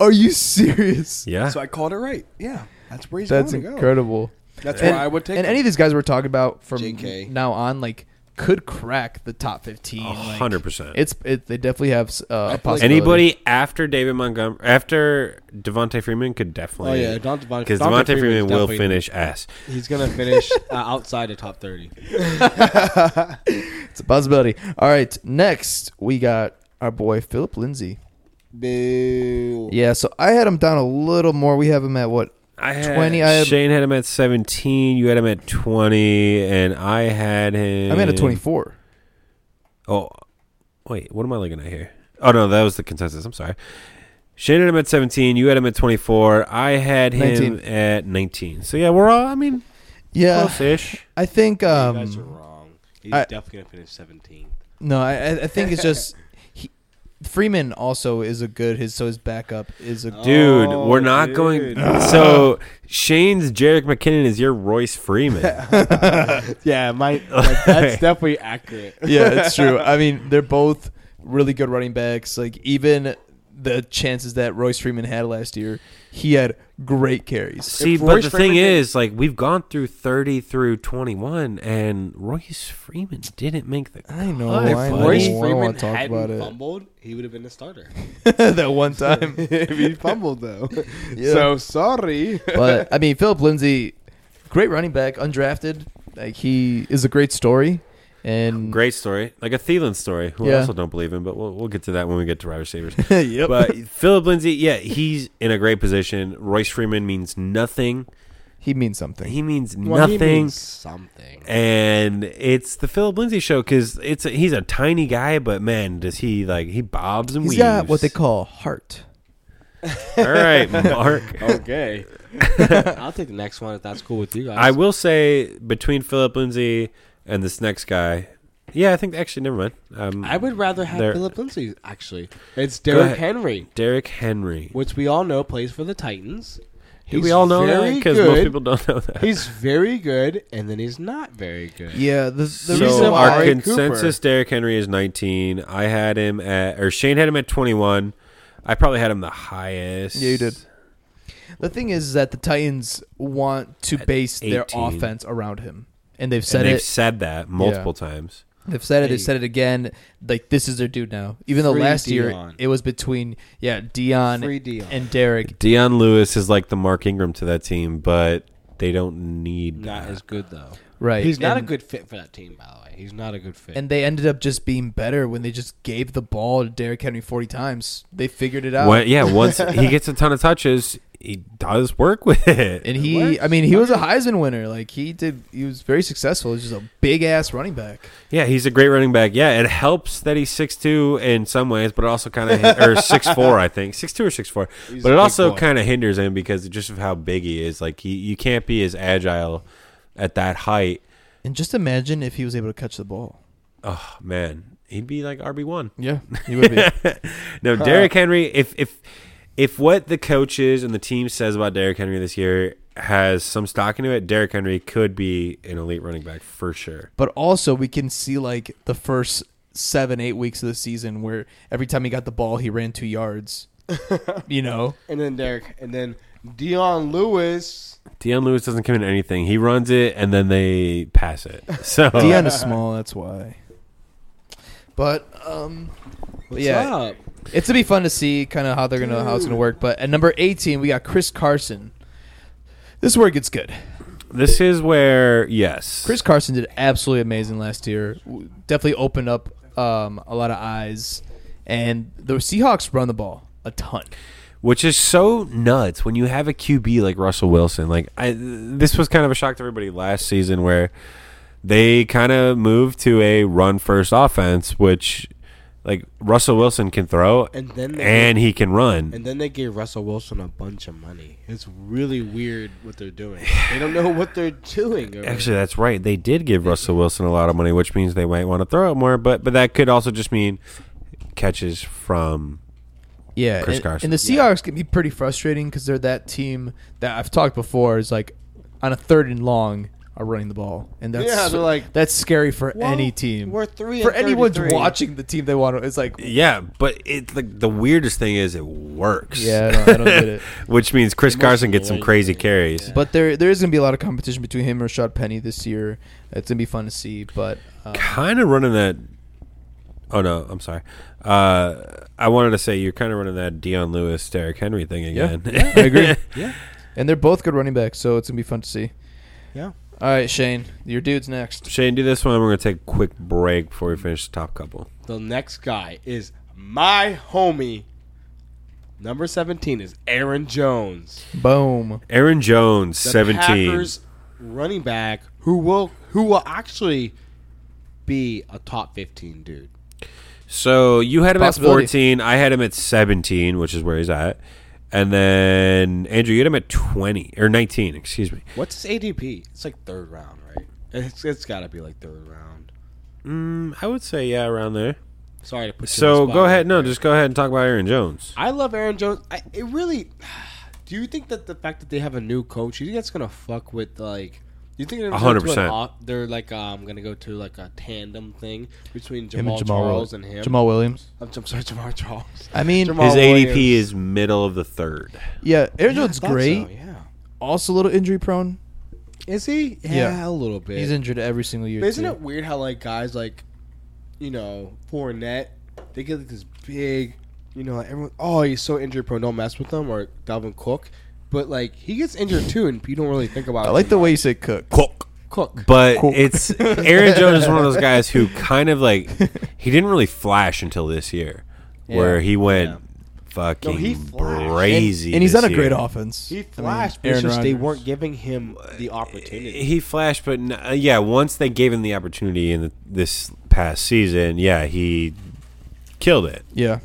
[SPEAKER 4] Are you serious?
[SPEAKER 2] Yeah,
[SPEAKER 3] So I called it right. Yeah, that's where he's
[SPEAKER 4] That's
[SPEAKER 3] going to go.
[SPEAKER 4] incredible.
[SPEAKER 3] That's
[SPEAKER 4] And,
[SPEAKER 3] where I would take.
[SPEAKER 4] and
[SPEAKER 3] him.
[SPEAKER 4] any of these guys we're talking about from
[SPEAKER 3] JK.
[SPEAKER 4] now on, like could crack the top fifteen.
[SPEAKER 2] A
[SPEAKER 4] like,
[SPEAKER 2] hundred percent.
[SPEAKER 4] It's it, they definitely have s- uh, a possibility.
[SPEAKER 2] Anybody after David Montgomery, after Devontae Freeman could
[SPEAKER 3] Oh
[SPEAKER 2] definitely.
[SPEAKER 3] yeah, Don Devon-
[SPEAKER 2] Because
[SPEAKER 3] Devontae
[SPEAKER 2] Devontae Freeman
[SPEAKER 3] Freeman's
[SPEAKER 2] will
[SPEAKER 3] definitely-
[SPEAKER 2] finish ass.
[SPEAKER 3] He's gonna finish uh, outside the top thirty.
[SPEAKER 4] It's a possibility. All right, next we got our boy Philip Lindsay.
[SPEAKER 3] Boo.
[SPEAKER 4] Yeah, so I had him down a little more. We have him at what?
[SPEAKER 2] I had
[SPEAKER 4] 20, I had-
[SPEAKER 2] Shane had him at 17. You had him at 20, and I had him.
[SPEAKER 4] I'm at a 24.
[SPEAKER 2] Oh, wait. What am I looking at here? Oh no, that was the consensus. I'm sorry. Shane had him at 17. You had him at 24. I had him
[SPEAKER 4] 19.
[SPEAKER 2] at 19. So yeah, we're all. I mean,
[SPEAKER 4] Yeah,
[SPEAKER 2] close-ish.
[SPEAKER 4] I think.
[SPEAKER 3] you guys are
[SPEAKER 4] Um,
[SPEAKER 3] wrong. He's
[SPEAKER 4] I-
[SPEAKER 3] definitely gonna finish seventeenth.
[SPEAKER 4] no, I, I- I think it's just he, Freeman also is a good. His so his backup is a.
[SPEAKER 2] Dude,
[SPEAKER 3] Oh,
[SPEAKER 2] we're not
[SPEAKER 3] dude.
[SPEAKER 2] going. So Shane's Jarek McKinnon is your Royce Freeman.
[SPEAKER 3] Yeah, my like, that's definitely accurate.
[SPEAKER 4] yeah, it's true. I mean, they're both really good running backs. Like even the chances that Royce Freeman had last year, he had great carries.
[SPEAKER 2] See,
[SPEAKER 3] If
[SPEAKER 2] but
[SPEAKER 3] Royce
[SPEAKER 2] the thing
[SPEAKER 3] Freeman did-
[SPEAKER 2] is, like, we've gone through 30 through 21, and Royce Freeman didn't make the.
[SPEAKER 4] I know.
[SPEAKER 2] cut,
[SPEAKER 4] I know.
[SPEAKER 2] buddy.
[SPEAKER 3] Royce
[SPEAKER 4] I don't wanna
[SPEAKER 3] Freeman
[SPEAKER 4] talk
[SPEAKER 3] hadn't
[SPEAKER 4] about it.
[SPEAKER 3] fumbled, he would have been a starter.
[SPEAKER 4] that one time.
[SPEAKER 3] if he fumbled though,
[SPEAKER 4] Yeah.
[SPEAKER 3] so sorry.
[SPEAKER 4] but I mean, Philip Lindsay, great running back, undrafted. Like he is a great story, and
[SPEAKER 2] Great story, like a Thielen story. Who I
[SPEAKER 4] Yeah.
[SPEAKER 2] also don't believe in, but we'll, we'll get to that when we get to wide receivers.
[SPEAKER 4] yep.
[SPEAKER 2] But Philip Lindsay, yeah, he's in a great position. Royce Freeman means nothing.
[SPEAKER 4] he means something.
[SPEAKER 2] He means
[SPEAKER 3] Well, he
[SPEAKER 2] nothing.
[SPEAKER 3] means something.
[SPEAKER 2] and it's the Philip Lindsay show because it's a, he's a tiny guy, but man, does he like he bobs and
[SPEAKER 4] He's
[SPEAKER 2] weaves.
[SPEAKER 4] got what they call heart.
[SPEAKER 2] All right, Mark.
[SPEAKER 3] Okay, I'll take the next one if that's cool with you guys.
[SPEAKER 2] I will say between Philip Lindsay and this next guy, yeah, I think actually never mind. Um,
[SPEAKER 3] I would rather have
[SPEAKER 2] There-
[SPEAKER 3] Philip Lindsay. Actually, it's
[SPEAKER 2] ahead.
[SPEAKER 3] Derrick Henry,
[SPEAKER 2] Derrick Henry.
[SPEAKER 3] which we all know plays for the Titans.
[SPEAKER 2] Do we all know that?
[SPEAKER 3] very
[SPEAKER 2] Because most
[SPEAKER 3] good.
[SPEAKER 2] people don't know that.
[SPEAKER 3] He's very good, and then he's not very good.
[SPEAKER 4] Yeah, the, the
[SPEAKER 3] reason
[SPEAKER 2] so
[SPEAKER 3] why-
[SPEAKER 2] our
[SPEAKER 3] Amari
[SPEAKER 2] consensus Derrick Henry is 19. I had him at, or Shane had him at 21. I probably had him the highest.
[SPEAKER 4] Yeah, you did. The thing is that the Titans want to base their
[SPEAKER 2] 18.
[SPEAKER 4] offense around him, and they've
[SPEAKER 2] And
[SPEAKER 4] said
[SPEAKER 2] they've
[SPEAKER 4] it.
[SPEAKER 2] said that multiple times.
[SPEAKER 4] They've said it.
[SPEAKER 3] Hey.
[SPEAKER 4] They've said it again. Like this is their dude now. Even though
[SPEAKER 3] Free
[SPEAKER 4] last year
[SPEAKER 3] Deion.
[SPEAKER 4] it was between yeah Dion
[SPEAKER 3] Free Deion.
[SPEAKER 4] and Derek.
[SPEAKER 2] Deion Lewis is like the Mark Ingram to that team, but they don't need
[SPEAKER 3] Not
[SPEAKER 2] that.
[SPEAKER 3] as good though.
[SPEAKER 4] Right.
[SPEAKER 3] He's not
[SPEAKER 4] And-
[SPEAKER 3] a good fit for that team, by the way. He's not a good fit.
[SPEAKER 4] And they ended up just being better when they just gave the ball to Derrick Henry forty times. They figured it out.
[SPEAKER 2] When- yeah, once he gets a ton of touches, he does work with it.
[SPEAKER 4] And he, I mean, he was a Heisman winner. Like he did, he was very successful. He's just a big ass running back.
[SPEAKER 2] Yeah, he's a great running back. Yeah, it helps that he's six two in some ways, but it also kind of or six four, I think six two or six four. But it also kind of hinders him because just of how big he is. Like he, you can't be as agile at that height.
[SPEAKER 4] And just imagine if he was able to catch the ball.
[SPEAKER 2] Oh man, he'd be like RB one.
[SPEAKER 4] Yeah, he would be.
[SPEAKER 2] No, Derrick Henry. If if if what the coaches and the team says about Derrick Henry this year has some stock into it, Derrick Henry could be an elite running back for sure.
[SPEAKER 4] but also, we can see like the first seven, eight weeks of the season where every time he got the ball, he ran two yards. you know,
[SPEAKER 3] And then Derek, and then Dion Lewis.
[SPEAKER 2] Deion Lewis doesn't commit anything. He runs it and then they pass it. So
[SPEAKER 4] Deion is small. That's why. But um,
[SPEAKER 3] What's
[SPEAKER 4] yeah,
[SPEAKER 3] up?
[SPEAKER 4] It's gonna be fun to see kind of how they're gonna how it's gonna work. But at number eighteen, we got Chris Carson. This is where it gets good.
[SPEAKER 2] This is where yes,
[SPEAKER 4] Chris Carson did absolutely amazing last year. W- Definitely opened up um, a lot of eyes, and the Seahawks run the ball a ton.
[SPEAKER 2] which is so nuts when you have a QB like Russell Wilson. Like I, this was kind of a shock to everybody last season where they kind of moved to a run first offense, which like Russell Wilson can throw
[SPEAKER 3] And then they-
[SPEAKER 2] and he can run.
[SPEAKER 3] And then they gave Russell Wilson a bunch of money. It's really weird what they're doing. They don't know what they're doing. over
[SPEAKER 2] Actually, that's right. They did give Russell Wilson a lot of money, which means they might want to throw it more. But but that could also just mean catches from
[SPEAKER 4] Yeah,
[SPEAKER 2] Chris
[SPEAKER 4] and,
[SPEAKER 2] Carson.
[SPEAKER 4] and the Seahawks can be pretty frustrating because they're that team that I've talked before is like on a third and long are running the ball, and that's
[SPEAKER 3] Yeah, they're like,
[SPEAKER 4] that's scary for
[SPEAKER 3] Well,
[SPEAKER 4] any team.
[SPEAKER 3] we're three
[SPEAKER 4] for
[SPEAKER 3] and
[SPEAKER 4] anyone's
[SPEAKER 3] 33.
[SPEAKER 4] watching the team they want to. It's like
[SPEAKER 2] yeah. But it like the weirdest thing is it works.
[SPEAKER 4] yeah, I don't, I don't get it.
[SPEAKER 2] which means Chris Carson gets some crazy carries.
[SPEAKER 4] But there there is gonna be a lot of competition between him and Rashad Penny this year. It's gonna be fun to see. But uh,
[SPEAKER 2] Kind of running that. Oh no, I'm sorry. Uh, I wanted to say you're kind of running that Dion Lewis, Derrick Henry thing again.
[SPEAKER 4] I agree.
[SPEAKER 3] Yeah.
[SPEAKER 4] and they're both good running backs, so it's gonna be fun to see.
[SPEAKER 3] Yeah.
[SPEAKER 4] All right, Shane, your dude's next.
[SPEAKER 2] Shane, do this one. We're gonna take a quick break before we finish the top couple.
[SPEAKER 3] The next guy is my homie. Number 17 is Aaron Jones.
[SPEAKER 4] Boom.
[SPEAKER 2] Aaron Jones,
[SPEAKER 3] The
[SPEAKER 2] 17.
[SPEAKER 3] Packers running back who will who will actually be a top 15 dude.
[SPEAKER 2] So you had him at
[SPEAKER 4] Possibility.
[SPEAKER 2] 14. I had him at 17, which is where he's at. And then Andrew, you had him at 20 or 19, excuse me.
[SPEAKER 3] What's his ADP? It's like third round, right? It's it's got to be like third round.
[SPEAKER 2] Mm, I would say yeah, around there.
[SPEAKER 3] Sorry to put you on the
[SPEAKER 2] So
[SPEAKER 3] spot
[SPEAKER 2] go
[SPEAKER 3] like
[SPEAKER 2] ahead. No,
[SPEAKER 3] that.
[SPEAKER 2] just go ahead and talk about Aaron Jones.
[SPEAKER 3] I love Aaron Jones. I, it really. Do you think that the fact that they have a new coach, do you think that's gonna fuck with like? Do you think they're gonna go to an
[SPEAKER 2] 100%.
[SPEAKER 3] au- They're like um, gonna go to like a tandem thing between
[SPEAKER 4] Him
[SPEAKER 3] Jamal,
[SPEAKER 4] and Jamal
[SPEAKER 3] Charles
[SPEAKER 4] Wil-
[SPEAKER 3] and him.
[SPEAKER 4] Jamal Williams.
[SPEAKER 3] I'm, I'm sorry, Jamal Charles.
[SPEAKER 4] I mean,
[SPEAKER 3] Jamal-
[SPEAKER 2] His
[SPEAKER 3] Paul Williams.
[SPEAKER 2] ADP is middle of the third.
[SPEAKER 4] yeah, Aaron
[SPEAKER 3] Yeah, I
[SPEAKER 4] Jones
[SPEAKER 3] thought
[SPEAKER 4] great.
[SPEAKER 3] so, yeah.
[SPEAKER 4] also a little injury prone.
[SPEAKER 3] Is he? Yeah, a
[SPEAKER 4] Yeah.
[SPEAKER 3] little bit.
[SPEAKER 4] He's injured every single year.
[SPEAKER 3] But isn't
[SPEAKER 4] too.
[SPEAKER 3] it weird how like guys like, you know, Fournette, they get like this big, you know, like, everyone. Oh, he's so injury prone. Don't mess with him. Or Dalvin Cook, but like he gets injured too, and you don't really think about.
[SPEAKER 4] I
[SPEAKER 3] it
[SPEAKER 4] like
[SPEAKER 3] too
[SPEAKER 4] the
[SPEAKER 3] much.
[SPEAKER 4] way you say cook.
[SPEAKER 2] Cook.
[SPEAKER 3] Cook.
[SPEAKER 2] But it's Aaron Jones is one of those guys who kind of like he didn't really flash until this year, where he went
[SPEAKER 3] Yeah.
[SPEAKER 2] fucking
[SPEAKER 3] No, he flashed.
[SPEAKER 2] crazy.
[SPEAKER 4] And he's
[SPEAKER 2] this
[SPEAKER 4] on a great
[SPEAKER 2] year.
[SPEAKER 4] offense.
[SPEAKER 3] He
[SPEAKER 4] I mean,
[SPEAKER 3] flashed, but
[SPEAKER 4] Aaron
[SPEAKER 3] it's just they
[SPEAKER 4] Rodgers.
[SPEAKER 3] weren't giving him the opportunity.
[SPEAKER 2] Uh, He flashed, but n- uh, yeah, once they gave him the opportunity in the, this past season, yeah, he killed it.
[SPEAKER 4] Yeah.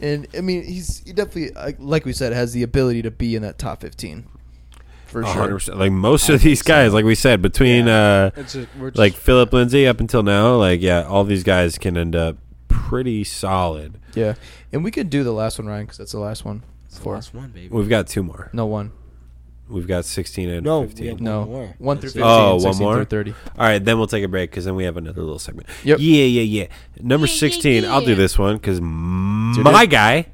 [SPEAKER 4] And I mean, he's he definitely, like- like we said, has the ability to be in that top fifteen, for sure.
[SPEAKER 2] 100%. Like most of these guys, like we said, between uh,
[SPEAKER 3] It's just, we're just,
[SPEAKER 2] like Philip Lindsay up until now, like yeah, all these guys can end up pretty solid.
[SPEAKER 4] Yeah. And we could do the last one, Ryan, because that's the last one. Four.
[SPEAKER 3] last one, baby.
[SPEAKER 2] We've got two more.
[SPEAKER 4] No one.
[SPEAKER 2] We've got sixteen and
[SPEAKER 3] No, we
[SPEAKER 2] fifteen.
[SPEAKER 3] have
[SPEAKER 4] No.
[SPEAKER 3] One more.
[SPEAKER 4] One through
[SPEAKER 3] That's it.
[SPEAKER 4] fifteen.
[SPEAKER 2] Oh, one
[SPEAKER 4] 16
[SPEAKER 2] more?
[SPEAKER 4] through thirty.
[SPEAKER 2] All right, then we'll take a break because then we have another little segment.
[SPEAKER 4] Yep.
[SPEAKER 2] Yeah, yeah, yeah. Number 16, I'll do this one because my guy,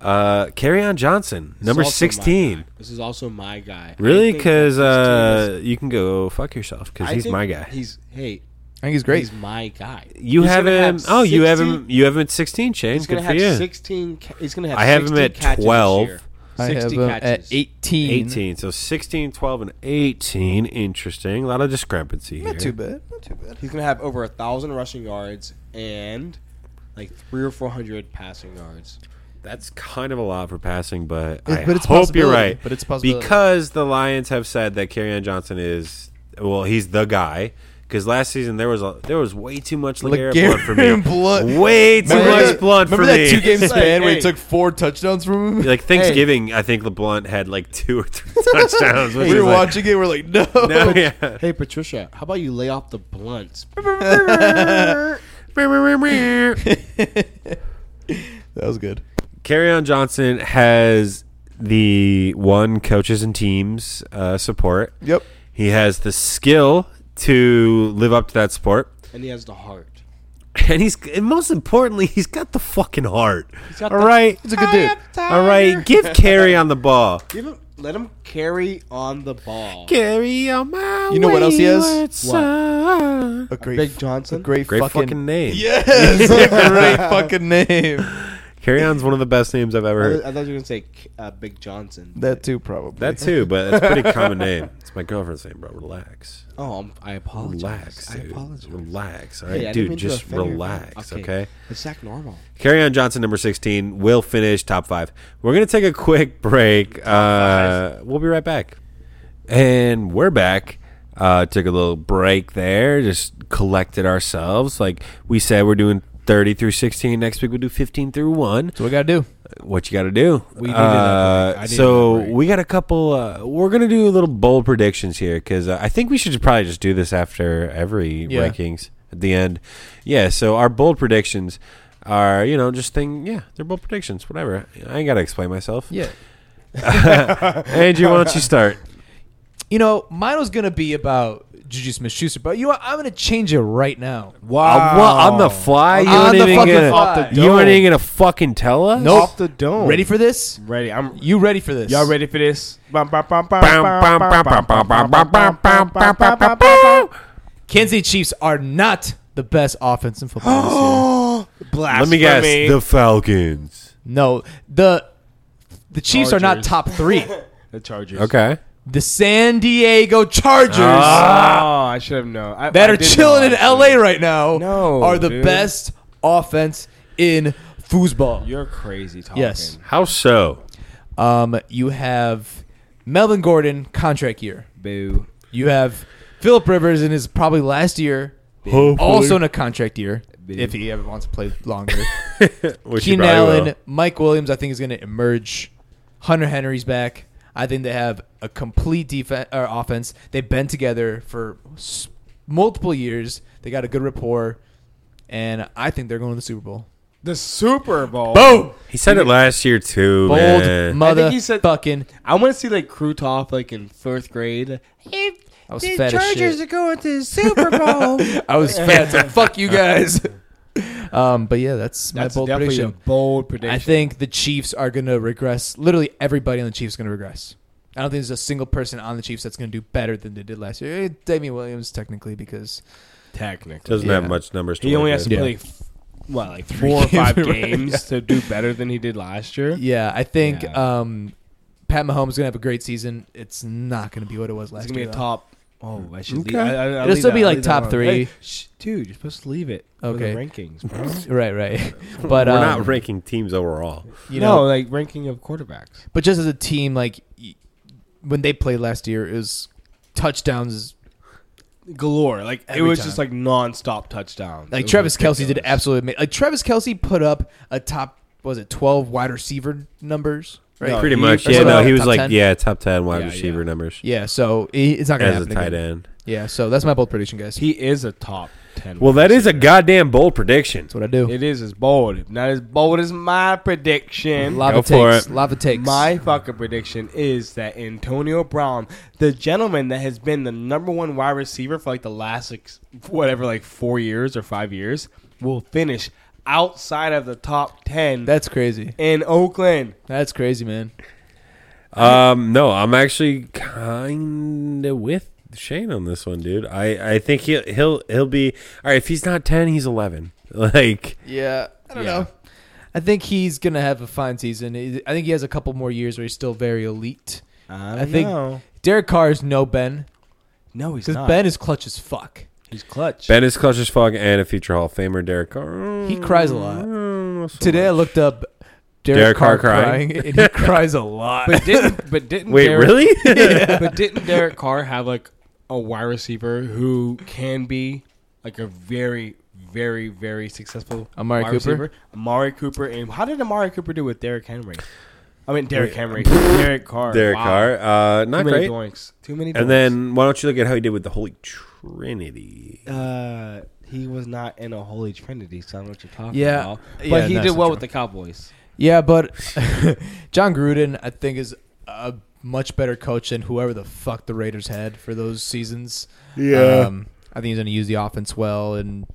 [SPEAKER 2] uh, on Johnson,
[SPEAKER 3] This is
[SPEAKER 2] number
[SPEAKER 3] also my
[SPEAKER 2] 16.
[SPEAKER 3] guy. This is also my guy.
[SPEAKER 2] Really?
[SPEAKER 3] I think
[SPEAKER 2] Because
[SPEAKER 3] that this team
[SPEAKER 2] uh,
[SPEAKER 3] is-
[SPEAKER 2] you can go fuck yourself because
[SPEAKER 3] I
[SPEAKER 2] he's
[SPEAKER 3] think
[SPEAKER 2] my guy.
[SPEAKER 3] He's hey,
[SPEAKER 4] I think he's great.
[SPEAKER 3] he's my guy.
[SPEAKER 2] you
[SPEAKER 3] He's
[SPEAKER 2] have
[SPEAKER 3] gonna
[SPEAKER 2] him. oh, you have
[SPEAKER 3] 16
[SPEAKER 2] him. You have him at 16, Shane.
[SPEAKER 3] He's
[SPEAKER 2] Good
[SPEAKER 3] gonna
[SPEAKER 2] for
[SPEAKER 3] have
[SPEAKER 2] you.
[SPEAKER 3] sixteen. Ca- he's gonna have.
[SPEAKER 2] I have him
[SPEAKER 3] 16
[SPEAKER 2] at
[SPEAKER 3] catches this
[SPEAKER 2] 12.
[SPEAKER 3] year.
[SPEAKER 4] I have
[SPEAKER 3] 60
[SPEAKER 4] him at
[SPEAKER 3] catches.
[SPEAKER 4] eighteen.
[SPEAKER 2] 18. So 16, 12, and 18. Interesting. A lot of discrepancy here.
[SPEAKER 4] Not too bad. Not too bad.
[SPEAKER 3] He's gonna have over a thousand rushing yards and like three or four hundred passing yards.
[SPEAKER 2] That's kind of a lot for passing, but
[SPEAKER 4] It-
[SPEAKER 2] I
[SPEAKER 4] but it's
[SPEAKER 2] hope you're right.
[SPEAKER 4] possibility, but it's possibility.
[SPEAKER 2] because the Lions have said that Carrion Johnson is well, he's the guy. Because last season there was a, there was way too much LeGarrette
[SPEAKER 4] LeGarrette
[SPEAKER 2] blood for me.
[SPEAKER 4] Blount.
[SPEAKER 2] Way too
[SPEAKER 4] Remember
[SPEAKER 2] much
[SPEAKER 4] that-
[SPEAKER 2] blood for
[SPEAKER 4] Remember that
[SPEAKER 2] me.
[SPEAKER 4] two game
[SPEAKER 3] It's like,
[SPEAKER 4] span where
[SPEAKER 3] hey.
[SPEAKER 4] he took four touchdowns from him?
[SPEAKER 2] like Thanksgiving, I think LeBlunt had like two or three touchdowns. Which
[SPEAKER 4] we
[SPEAKER 2] is
[SPEAKER 4] were
[SPEAKER 2] like,
[SPEAKER 4] watching it. We're like, no.
[SPEAKER 2] No, yeah.
[SPEAKER 3] Hey Patricia, how about you lay off the blunts?
[SPEAKER 4] That was good.
[SPEAKER 2] Carrion Johnson has the one coaches and teams uh, support.
[SPEAKER 4] Yep.
[SPEAKER 2] He has the skill to live up to that support.
[SPEAKER 3] and he has the heart.
[SPEAKER 2] And he's and most importantly, he's got the fucking heart.
[SPEAKER 3] got
[SPEAKER 2] All
[SPEAKER 3] the-
[SPEAKER 2] right.
[SPEAKER 4] He's a good dude.
[SPEAKER 2] All right, give Carry on the ball.
[SPEAKER 3] Give him, let him carry on the ball.
[SPEAKER 2] Carry on my
[SPEAKER 4] You know what else he has?
[SPEAKER 2] wayward son.
[SPEAKER 4] A great,
[SPEAKER 3] Big Johnson.
[SPEAKER 4] great,
[SPEAKER 2] Great fucking,
[SPEAKER 4] fucking
[SPEAKER 2] name.
[SPEAKER 4] Yes, great fucking name.
[SPEAKER 2] Carry On's one of the best names I've ever
[SPEAKER 3] I
[SPEAKER 2] heard.
[SPEAKER 3] thought you were gonna say uh, Big Johnson.
[SPEAKER 4] That too, probably.
[SPEAKER 2] That too, but it's a pretty common name. It's my girlfriend's name, bro. Relax.
[SPEAKER 3] oh, I'm, I apologize.
[SPEAKER 2] Relax,
[SPEAKER 3] I
[SPEAKER 2] dude.
[SPEAKER 3] apologize.
[SPEAKER 2] Relax. All
[SPEAKER 3] Hey, I
[SPEAKER 2] right,
[SPEAKER 3] didn't mean
[SPEAKER 2] dude,
[SPEAKER 3] to
[SPEAKER 2] just
[SPEAKER 3] offend you.
[SPEAKER 2] relax, okay.
[SPEAKER 3] It's Zach Normal.
[SPEAKER 2] Carry on Johnson, number 16, will finish top five. We're going to take a quick break. Uh, we'll be right back. And we're back. Uh, took a little break there, just collected ourselves. Like we said, we're doing 30 through 16. Next week, we'll do 15 through 1
[SPEAKER 4] So what gotta do?
[SPEAKER 2] what you got to do.
[SPEAKER 4] We needed that
[SPEAKER 2] uh,
[SPEAKER 4] break. I needed
[SPEAKER 2] so
[SPEAKER 4] that break.
[SPEAKER 2] we got a couple. Uh, we're gonna do a little bold predictions here because uh, I think we should just probably just do this after every
[SPEAKER 4] Yeah.
[SPEAKER 2] rankings at the end. Yeah. So our bold predictions are you know just thing yeah they're bold predictions whatever I ain't gotta explain myself.
[SPEAKER 4] Yeah.
[SPEAKER 2] Andrew, why don't you start?
[SPEAKER 4] You know, mine was gonna be about Juju Smith Schuster, but you know what? I'm gonna change it right now.
[SPEAKER 2] Uh, what, on the fly? You
[SPEAKER 4] On
[SPEAKER 2] ain't
[SPEAKER 4] the
[SPEAKER 2] even
[SPEAKER 4] fucking
[SPEAKER 2] gonna,
[SPEAKER 4] fly.
[SPEAKER 2] You ain't even gonna fucking tell us.
[SPEAKER 4] Nope.
[SPEAKER 3] Off the dome.
[SPEAKER 4] Ready for this?
[SPEAKER 3] Ready. I'm.
[SPEAKER 4] You ready for this?
[SPEAKER 3] Y'all ready for this? Bum, bum, bum, bum,
[SPEAKER 2] Bam,
[SPEAKER 3] bum,
[SPEAKER 2] bam,
[SPEAKER 3] bum, bum,
[SPEAKER 2] bam,
[SPEAKER 3] bum, bum,
[SPEAKER 2] bam, bam, bam,
[SPEAKER 3] bum, bum,
[SPEAKER 2] bam,
[SPEAKER 3] bum, bum,
[SPEAKER 2] bam, bam,
[SPEAKER 3] bum,
[SPEAKER 2] bam, bum,
[SPEAKER 3] bum, bum.
[SPEAKER 2] bam, bam.
[SPEAKER 4] Kansas City Chiefs are not the best offense in football this year.
[SPEAKER 2] Let me guess. The Falcons.
[SPEAKER 4] No, the the Chiefs are not
[SPEAKER 3] Chargers.
[SPEAKER 4] top three.
[SPEAKER 3] The Chargers.
[SPEAKER 2] Okay.
[SPEAKER 4] the San Diego Chargers
[SPEAKER 3] Oh, I should have known. I,
[SPEAKER 4] that
[SPEAKER 3] I
[SPEAKER 4] are
[SPEAKER 3] did
[SPEAKER 4] chilling
[SPEAKER 3] know,
[SPEAKER 4] Ah! in
[SPEAKER 3] actually.
[SPEAKER 4] LA right now
[SPEAKER 3] No,
[SPEAKER 4] are the
[SPEAKER 3] dude.
[SPEAKER 4] best offense in foosball.
[SPEAKER 3] You're crazy talking.
[SPEAKER 4] Yes.
[SPEAKER 2] How so?
[SPEAKER 4] Um, you have Melvin Gordon contract year.
[SPEAKER 3] Boo.
[SPEAKER 4] You have Philip Rivers in his probably last year, also in a contract year if he ever wants to play longer.
[SPEAKER 2] Which you
[SPEAKER 4] Keenan
[SPEAKER 2] probably will.
[SPEAKER 4] Allen, Mike Williams, I think is going to emerge. Hunter Henry's back. I think they have a complete defense or offense. They've been together for s- multiple years. They got a good rapport, and I think they're going to the Super Bowl.
[SPEAKER 3] The Super Bowl.
[SPEAKER 4] Boom!
[SPEAKER 2] He said it last year too,
[SPEAKER 4] Bold
[SPEAKER 2] man.
[SPEAKER 4] mother
[SPEAKER 3] I think he said-
[SPEAKER 4] fucking.
[SPEAKER 3] I want to see like Krutov like in fourth grade.
[SPEAKER 4] I was fat as shit.
[SPEAKER 3] are going to the Super Bowl.
[SPEAKER 4] I was fat, so fuck you guys. Um, but yeah, that's my
[SPEAKER 3] That's
[SPEAKER 4] bold
[SPEAKER 3] definitely
[SPEAKER 4] prediction.
[SPEAKER 3] a bold prediction.
[SPEAKER 4] I think the Chiefs are going to regress. Literally, everybody on the Chiefs is going to regress. I don't think there's a single person on the Chiefs that's going to do better than they did last year. Eh, Damian Williams, technically, because
[SPEAKER 3] technically
[SPEAKER 2] Doesn't have
[SPEAKER 4] Yeah.
[SPEAKER 2] much numbers. To
[SPEAKER 3] he
[SPEAKER 2] work
[SPEAKER 3] only has to
[SPEAKER 2] with.
[SPEAKER 3] play f- what like four or
[SPEAKER 4] games,
[SPEAKER 3] five
[SPEAKER 4] right?
[SPEAKER 3] games
[SPEAKER 4] Yeah.
[SPEAKER 3] to do better than he did last year.
[SPEAKER 4] yeah, I think
[SPEAKER 3] Yeah.
[SPEAKER 4] Um, Pat Mahomes is going to have a great season. It's not going to be what it was last
[SPEAKER 3] It's gonna be
[SPEAKER 4] year.
[SPEAKER 3] a
[SPEAKER 4] though.
[SPEAKER 3] top. Oh, I should.
[SPEAKER 2] Okay.
[SPEAKER 3] Leave, I, I, I'll
[SPEAKER 4] It'll
[SPEAKER 3] leave
[SPEAKER 4] still
[SPEAKER 3] that-
[SPEAKER 4] be,
[SPEAKER 3] I'll
[SPEAKER 4] like,
[SPEAKER 3] leave that
[SPEAKER 4] top
[SPEAKER 3] alone.
[SPEAKER 4] three.
[SPEAKER 3] Hey, shh, dude, you're supposed to leave it.
[SPEAKER 4] Okay.
[SPEAKER 3] for the rankings, bro.
[SPEAKER 4] Right, right. But
[SPEAKER 2] We're
[SPEAKER 4] um,
[SPEAKER 2] not ranking teams overall.
[SPEAKER 4] you
[SPEAKER 3] no,
[SPEAKER 4] know,
[SPEAKER 3] like ranking of quarterbacks.
[SPEAKER 4] but just as a team, like y- when they played last year, it was touchdowns.
[SPEAKER 3] Galore. Like it
[SPEAKER 4] Every
[SPEAKER 3] was
[SPEAKER 4] time.
[SPEAKER 3] just like nonstop touchdowns. It
[SPEAKER 4] Like
[SPEAKER 3] was
[SPEAKER 4] Travis Kelsey did
[SPEAKER 3] ridiculous.
[SPEAKER 4] absolutely ama- like Travis Kelsey put up a top was it twelve wide receiver numbers right?
[SPEAKER 3] No,
[SPEAKER 2] Pretty
[SPEAKER 3] he-
[SPEAKER 2] much.
[SPEAKER 4] or
[SPEAKER 2] Yeah,
[SPEAKER 4] something
[SPEAKER 2] no,
[SPEAKER 4] like
[SPEAKER 2] he was
[SPEAKER 4] top
[SPEAKER 2] like
[SPEAKER 4] 10.
[SPEAKER 2] yeah, top ten wide
[SPEAKER 3] Yeah,
[SPEAKER 2] receiver
[SPEAKER 3] yeah.
[SPEAKER 2] numbers
[SPEAKER 4] Yeah, so i- it's not gonna
[SPEAKER 2] as a
[SPEAKER 4] happen
[SPEAKER 2] tight
[SPEAKER 4] again.
[SPEAKER 2] end.
[SPEAKER 4] Yeah, so that's my bold prediction, guys.
[SPEAKER 3] He is a top ten.
[SPEAKER 2] Well, that is a
[SPEAKER 3] receiver.
[SPEAKER 2] goddamn bold prediction.
[SPEAKER 4] that's what I do.
[SPEAKER 3] It is as bold, not as bold as my prediction.
[SPEAKER 4] lava
[SPEAKER 2] Go
[SPEAKER 4] takes,
[SPEAKER 2] for it.
[SPEAKER 4] lava takes.
[SPEAKER 3] My fucking prediction is that Antonio Brown, the gentleman that has been the number one wide receiver for like the last like, whatever like four years or five years, will finish outside of the top ten
[SPEAKER 4] that's crazy.
[SPEAKER 3] in Oakland.
[SPEAKER 4] That's crazy, man.
[SPEAKER 2] Um, no, I'm actually kind of with Shane on this one, dude. I, I think he'll he'll he'll be all right. If he's not ten, he's eleven. Like
[SPEAKER 4] Yeah, I don't
[SPEAKER 3] Yeah.
[SPEAKER 4] know. I think he's gonna have a fine season. I I think he has a couple more years where he's still very elite.
[SPEAKER 3] I,
[SPEAKER 4] I think-
[SPEAKER 3] know.
[SPEAKER 4] Derek Carr is no Ben
[SPEAKER 3] no, he's
[SPEAKER 4] because
[SPEAKER 3] not.
[SPEAKER 4] Ben is clutch as fuck.
[SPEAKER 3] he's clutch.
[SPEAKER 2] Ben is clutch as fuck and a future Hall of Famer, Derek Carr.
[SPEAKER 4] He cries a lot.
[SPEAKER 2] Mm, not so
[SPEAKER 4] Today I
[SPEAKER 2] much.
[SPEAKER 4] looked up Derek,
[SPEAKER 2] Derek
[SPEAKER 4] Carr,
[SPEAKER 2] Carr
[SPEAKER 4] crying,
[SPEAKER 2] crying?
[SPEAKER 4] and he cries a lot.
[SPEAKER 3] but didn't but didn't
[SPEAKER 2] Wait,
[SPEAKER 3] Derek-
[SPEAKER 2] really?
[SPEAKER 3] but didn't Derek Carr have like a wide receiver who can be like a very, very, very successful
[SPEAKER 4] Amari
[SPEAKER 3] wide
[SPEAKER 4] Cooper?
[SPEAKER 3] Receiver? Amari Cooper, and how did Amari Cooper do with Derek Henry? I mean Derek Henry, Derek Carr,
[SPEAKER 2] Derek
[SPEAKER 3] Wow.
[SPEAKER 2] Carr, uh, not
[SPEAKER 3] Too many
[SPEAKER 2] great.
[SPEAKER 3] doinks. Too many. Doinks.
[SPEAKER 2] And then why don't you look at how he did with the Holy Trinity?
[SPEAKER 3] uh, he was not in a holy trinity, so I don't know what you're talking
[SPEAKER 4] Yeah.
[SPEAKER 3] about. But
[SPEAKER 4] Yeah,
[SPEAKER 3] he
[SPEAKER 4] no,
[SPEAKER 3] did
[SPEAKER 4] it's
[SPEAKER 3] well
[SPEAKER 4] not
[SPEAKER 3] with the Cowboys.
[SPEAKER 4] Yeah, but John Gruden, I think, is a much better coach than whoever the fuck the Raiders had for those seasons. Yeah, um, I think he's going to use the offense well, and